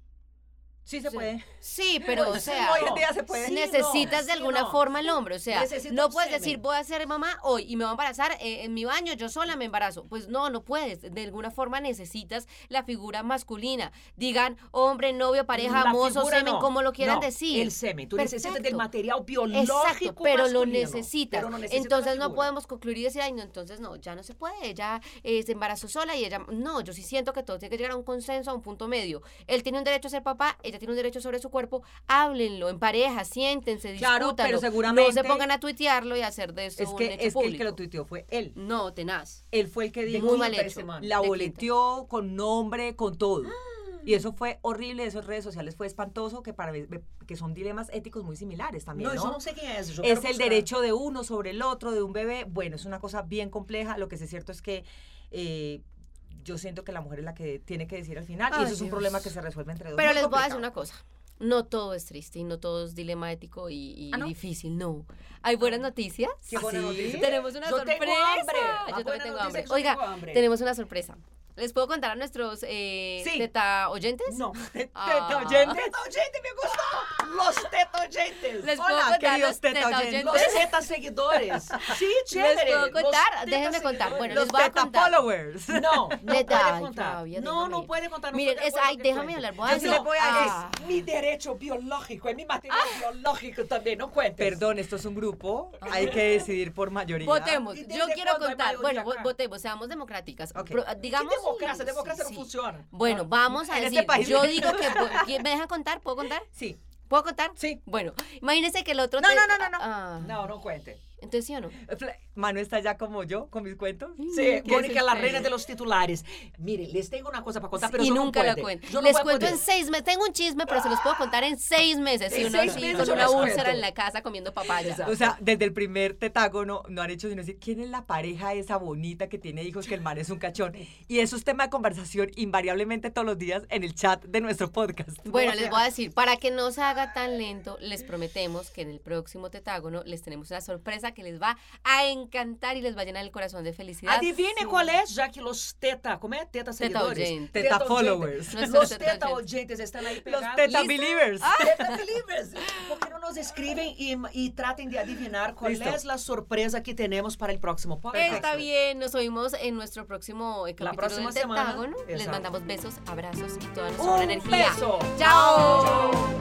[SPEAKER 3] Sí se
[SPEAKER 1] Sí.
[SPEAKER 3] puede.
[SPEAKER 1] Sí, pero o
[SPEAKER 2] Pues,
[SPEAKER 1] sea,
[SPEAKER 3] Hoy en día se puede.
[SPEAKER 2] Sí, no,
[SPEAKER 1] necesitas de
[SPEAKER 2] sí,
[SPEAKER 1] alguna
[SPEAKER 2] no.
[SPEAKER 1] forma el hombre, o sea,
[SPEAKER 2] Necesito
[SPEAKER 1] no
[SPEAKER 2] un
[SPEAKER 1] puedes
[SPEAKER 2] semen.
[SPEAKER 1] decir voy a ser mamá hoy y me voy a embarazar eh, en mi baño, yo sola me embarazo. Pues no, no puedes, de alguna forma necesitas la figura masculina. Digan hombre, novio, pareja,
[SPEAKER 2] La
[SPEAKER 1] mozo,
[SPEAKER 2] figura
[SPEAKER 1] semen,
[SPEAKER 2] no.
[SPEAKER 1] como lo quieran
[SPEAKER 2] No,
[SPEAKER 1] decir.
[SPEAKER 2] El semen, tú necesitas del
[SPEAKER 1] Perfecto.
[SPEAKER 2] material biológico
[SPEAKER 1] Exacto, pero lo
[SPEAKER 2] masculino,
[SPEAKER 1] necesitas.
[SPEAKER 2] pero no necesitas
[SPEAKER 1] entonces
[SPEAKER 2] la
[SPEAKER 1] no
[SPEAKER 2] figura.
[SPEAKER 1] podemos concluir y decir, ay, no, entonces no, ya no se puede, ella eh, se embarazó sola y ella, no, yo sí siento que todo tiene que llegar a un consenso, a un punto medio. Él tiene un derecho a ser papá, ella tiene un derecho sobre su cuerpo, háblenlo en pareja, siéntense,
[SPEAKER 3] Claro,
[SPEAKER 1] discútanlo.
[SPEAKER 3] pero seguramente-
[SPEAKER 1] No se pongan a tuitearlo y a hacer de esto
[SPEAKER 3] Es
[SPEAKER 1] un
[SPEAKER 3] que,
[SPEAKER 1] hecho
[SPEAKER 3] es que el
[SPEAKER 1] público.
[SPEAKER 3] que lo tuiteó fue él.
[SPEAKER 1] No, tenaz.
[SPEAKER 3] Él fue el que dijo.
[SPEAKER 1] Muy mal
[SPEAKER 2] quinta
[SPEAKER 1] hecho.
[SPEAKER 2] semana.
[SPEAKER 3] La
[SPEAKER 1] de
[SPEAKER 3] boleteó con nombre, con todo. Y eso fue horrible, eso en redes sociales fue espantoso, que, para, que son dilemas éticos muy similares también.
[SPEAKER 2] No,
[SPEAKER 3] ¿no?
[SPEAKER 2] yo no sé quién es. yo
[SPEAKER 3] es
[SPEAKER 2] quiero
[SPEAKER 3] el
[SPEAKER 2] buscar.
[SPEAKER 3] derecho de uno sobre el otro, de un bebé. Bueno, es una cosa bien compleja. Lo que sí es cierto es que eh, yo siento que la mujer es la que tiene que decir al final.
[SPEAKER 1] Ay,
[SPEAKER 3] y eso es un
[SPEAKER 1] Dios.
[SPEAKER 3] problema que se resuelve entre dos.
[SPEAKER 1] Pero
[SPEAKER 3] Muy
[SPEAKER 1] les voy a decir
[SPEAKER 3] complicado.
[SPEAKER 1] una cosa. No todo es triste y no todo es dilema ético y, y
[SPEAKER 3] ¿Ah, no?
[SPEAKER 1] difícil, no. Hay buenas noticias.
[SPEAKER 2] Qué buena
[SPEAKER 3] ¿Ah, sí?
[SPEAKER 2] noticia.
[SPEAKER 1] Tenemos una
[SPEAKER 2] Yo
[SPEAKER 1] sorpresa. Ah,
[SPEAKER 2] Tengo hambre. Ah,
[SPEAKER 1] Yo
[SPEAKER 2] Buena
[SPEAKER 1] también tengo
[SPEAKER 2] noticia,
[SPEAKER 1] hambre.
[SPEAKER 2] yo
[SPEAKER 1] Oiga,
[SPEAKER 2] tengo hambre.
[SPEAKER 1] tenemos una sorpresa. ¿Les puedo contar a nuestros eh,
[SPEAKER 2] Sí.
[SPEAKER 1] teta oyentes?
[SPEAKER 2] No,
[SPEAKER 1] Ah.
[SPEAKER 2] teta oyentes. Teta oyentes, me gustó. Los teta oyentes.
[SPEAKER 1] Les puedo
[SPEAKER 3] Hola,
[SPEAKER 1] contar a
[SPEAKER 3] queridos
[SPEAKER 1] los teta
[SPEAKER 3] teta
[SPEAKER 1] oyentes.
[SPEAKER 3] oyentes.
[SPEAKER 2] Los teta seguidores. Sí,
[SPEAKER 1] ¿Les
[SPEAKER 2] chévere.
[SPEAKER 1] puedo
[SPEAKER 2] los
[SPEAKER 1] contar?
[SPEAKER 2] teta
[SPEAKER 1] Déjenme contar.
[SPEAKER 2] seguidores.
[SPEAKER 1] Bueno,
[SPEAKER 3] Los
[SPEAKER 1] les voy a
[SPEAKER 3] teta
[SPEAKER 1] contar.
[SPEAKER 3] followers.
[SPEAKER 2] No, no
[SPEAKER 1] Le da-
[SPEAKER 2] puede
[SPEAKER 1] ay,
[SPEAKER 2] contar.
[SPEAKER 1] Flavia,
[SPEAKER 2] no,
[SPEAKER 1] déjame.
[SPEAKER 2] no puede contar. no
[SPEAKER 1] Miren,
[SPEAKER 2] estoy de
[SPEAKER 1] es,
[SPEAKER 2] acuerdo
[SPEAKER 1] ay,
[SPEAKER 2] que
[SPEAKER 1] déjame
[SPEAKER 2] cuente.
[SPEAKER 1] hablar. Voy a
[SPEAKER 3] Yo
[SPEAKER 1] decir-
[SPEAKER 3] sí le voy a
[SPEAKER 1] Ah.
[SPEAKER 3] decir.
[SPEAKER 2] Es mi derecho biológico, es mi material biológico también, no cuentes.
[SPEAKER 3] Perdón, esto es un grupo. Hay que decidir por mayoría.
[SPEAKER 1] Votemos.
[SPEAKER 2] ¿Y
[SPEAKER 1] Yo
[SPEAKER 2] desde
[SPEAKER 1] quiero
[SPEAKER 2] cuándo hay
[SPEAKER 1] contar.
[SPEAKER 2] mayoría
[SPEAKER 1] Bueno, vo-
[SPEAKER 2] acá?
[SPEAKER 1] votemos, seamos democráticas.
[SPEAKER 3] Ok.
[SPEAKER 1] Pro-
[SPEAKER 2] ¿Qué
[SPEAKER 1] digamos.
[SPEAKER 2] democracia? Democracia
[SPEAKER 1] Sí.
[SPEAKER 2] no funciona.
[SPEAKER 1] Bueno, vamos a
[SPEAKER 3] En
[SPEAKER 1] decir.
[SPEAKER 3] este país.
[SPEAKER 1] Yo digo que. vo- ¿Quién- ¿Me dejan contar? ¿Puedo contar?
[SPEAKER 3] Sí.
[SPEAKER 1] ¿Puedo contar?
[SPEAKER 3] Sí.
[SPEAKER 1] Bueno, imagínense que el otro.
[SPEAKER 3] No,
[SPEAKER 1] te-
[SPEAKER 3] no, no, no, no.
[SPEAKER 1] Ah,
[SPEAKER 2] No, no cuente.
[SPEAKER 1] Entonces, ¿sí o no?
[SPEAKER 3] Fla- Manu está ya como yo con mis cuentos.
[SPEAKER 2] Sí,
[SPEAKER 1] Mm, ¿Qué
[SPEAKER 2] Mónica,
[SPEAKER 1] es
[SPEAKER 2] la
[SPEAKER 1] usted?
[SPEAKER 2] reina de los titulares. Mire, les tengo una cosa para contar, pero
[SPEAKER 1] y
[SPEAKER 2] yo no
[SPEAKER 1] nunca la
[SPEAKER 2] puede.
[SPEAKER 1] cuento.
[SPEAKER 2] Yo no
[SPEAKER 1] les
[SPEAKER 2] voy a
[SPEAKER 1] cuento
[SPEAKER 2] poder.
[SPEAKER 1] en seis meses. Tengo un chisme, pero se los puedo contar en seis meses. Si
[SPEAKER 2] En
[SPEAKER 1] uno
[SPEAKER 2] seis
[SPEAKER 1] así
[SPEAKER 2] meses
[SPEAKER 1] con
[SPEAKER 2] yo
[SPEAKER 1] una
[SPEAKER 2] les
[SPEAKER 1] úlcera
[SPEAKER 2] cuento.
[SPEAKER 1] en la casa comiendo papaya.
[SPEAKER 2] Exacto.
[SPEAKER 3] O sea, desde el primer tetágono no han hecho sino decir quién es la pareja esa bonita que tiene hijos, que el man es un cachón. Y eso es tema de conversación invariablemente todos los días en el chat de nuestro podcast.
[SPEAKER 1] Bueno, les voy a decir, para que no se haga tan lento, les prometemos que en el próximo tetágono les tenemos una sorpresa que les va a encantar y les va a llenar el corazón de felicidad.
[SPEAKER 2] Adivine cuál es, ya que los teta, ¿cómo es? Teta seguidores.
[SPEAKER 1] oyentes.
[SPEAKER 3] Teta
[SPEAKER 2] oyentes.
[SPEAKER 3] followers.
[SPEAKER 1] Nuestros
[SPEAKER 2] Los
[SPEAKER 1] teta
[SPEAKER 2] teta,
[SPEAKER 1] oyentes.
[SPEAKER 2] oyentes están ahí
[SPEAKER 3] Los
[SPEAKER 2] pegados.
[SPEAKER 3] teta
[SPEAKER 1] ¿Listo? Ah,
[SPEAKER 3] believers.
[SPEAKER 2] Teta Believers. ¿Por qué no nos escriben y, y traten de adivinar cuál
[SPEAKER 3] Listo.
[SPEAKER 2] es la sorpresa que tenemos para el próximo podcast?
[SPEAKER 1] Está bien, nos oímos en nuestro próximo eh,
[SPEAKER 2] La
[SPEAKER 1] capítulo
[SPEAKER 2] próxima
[SPEAKER 1] del
[SPEAKER 2] semana.
[SPEAKER 1] Tetágono. Les
[SPEAKER 2] Exacto.
[SPEAKER 1] mandamos besos, abrazos y toda nuestra
[SPEAKER 2] Un
[SPEAKER 1] energía.
[SPEAKER 2] beso.
[SPEAKER 1] ¡Chao!
[SPEAKER 2] Chao.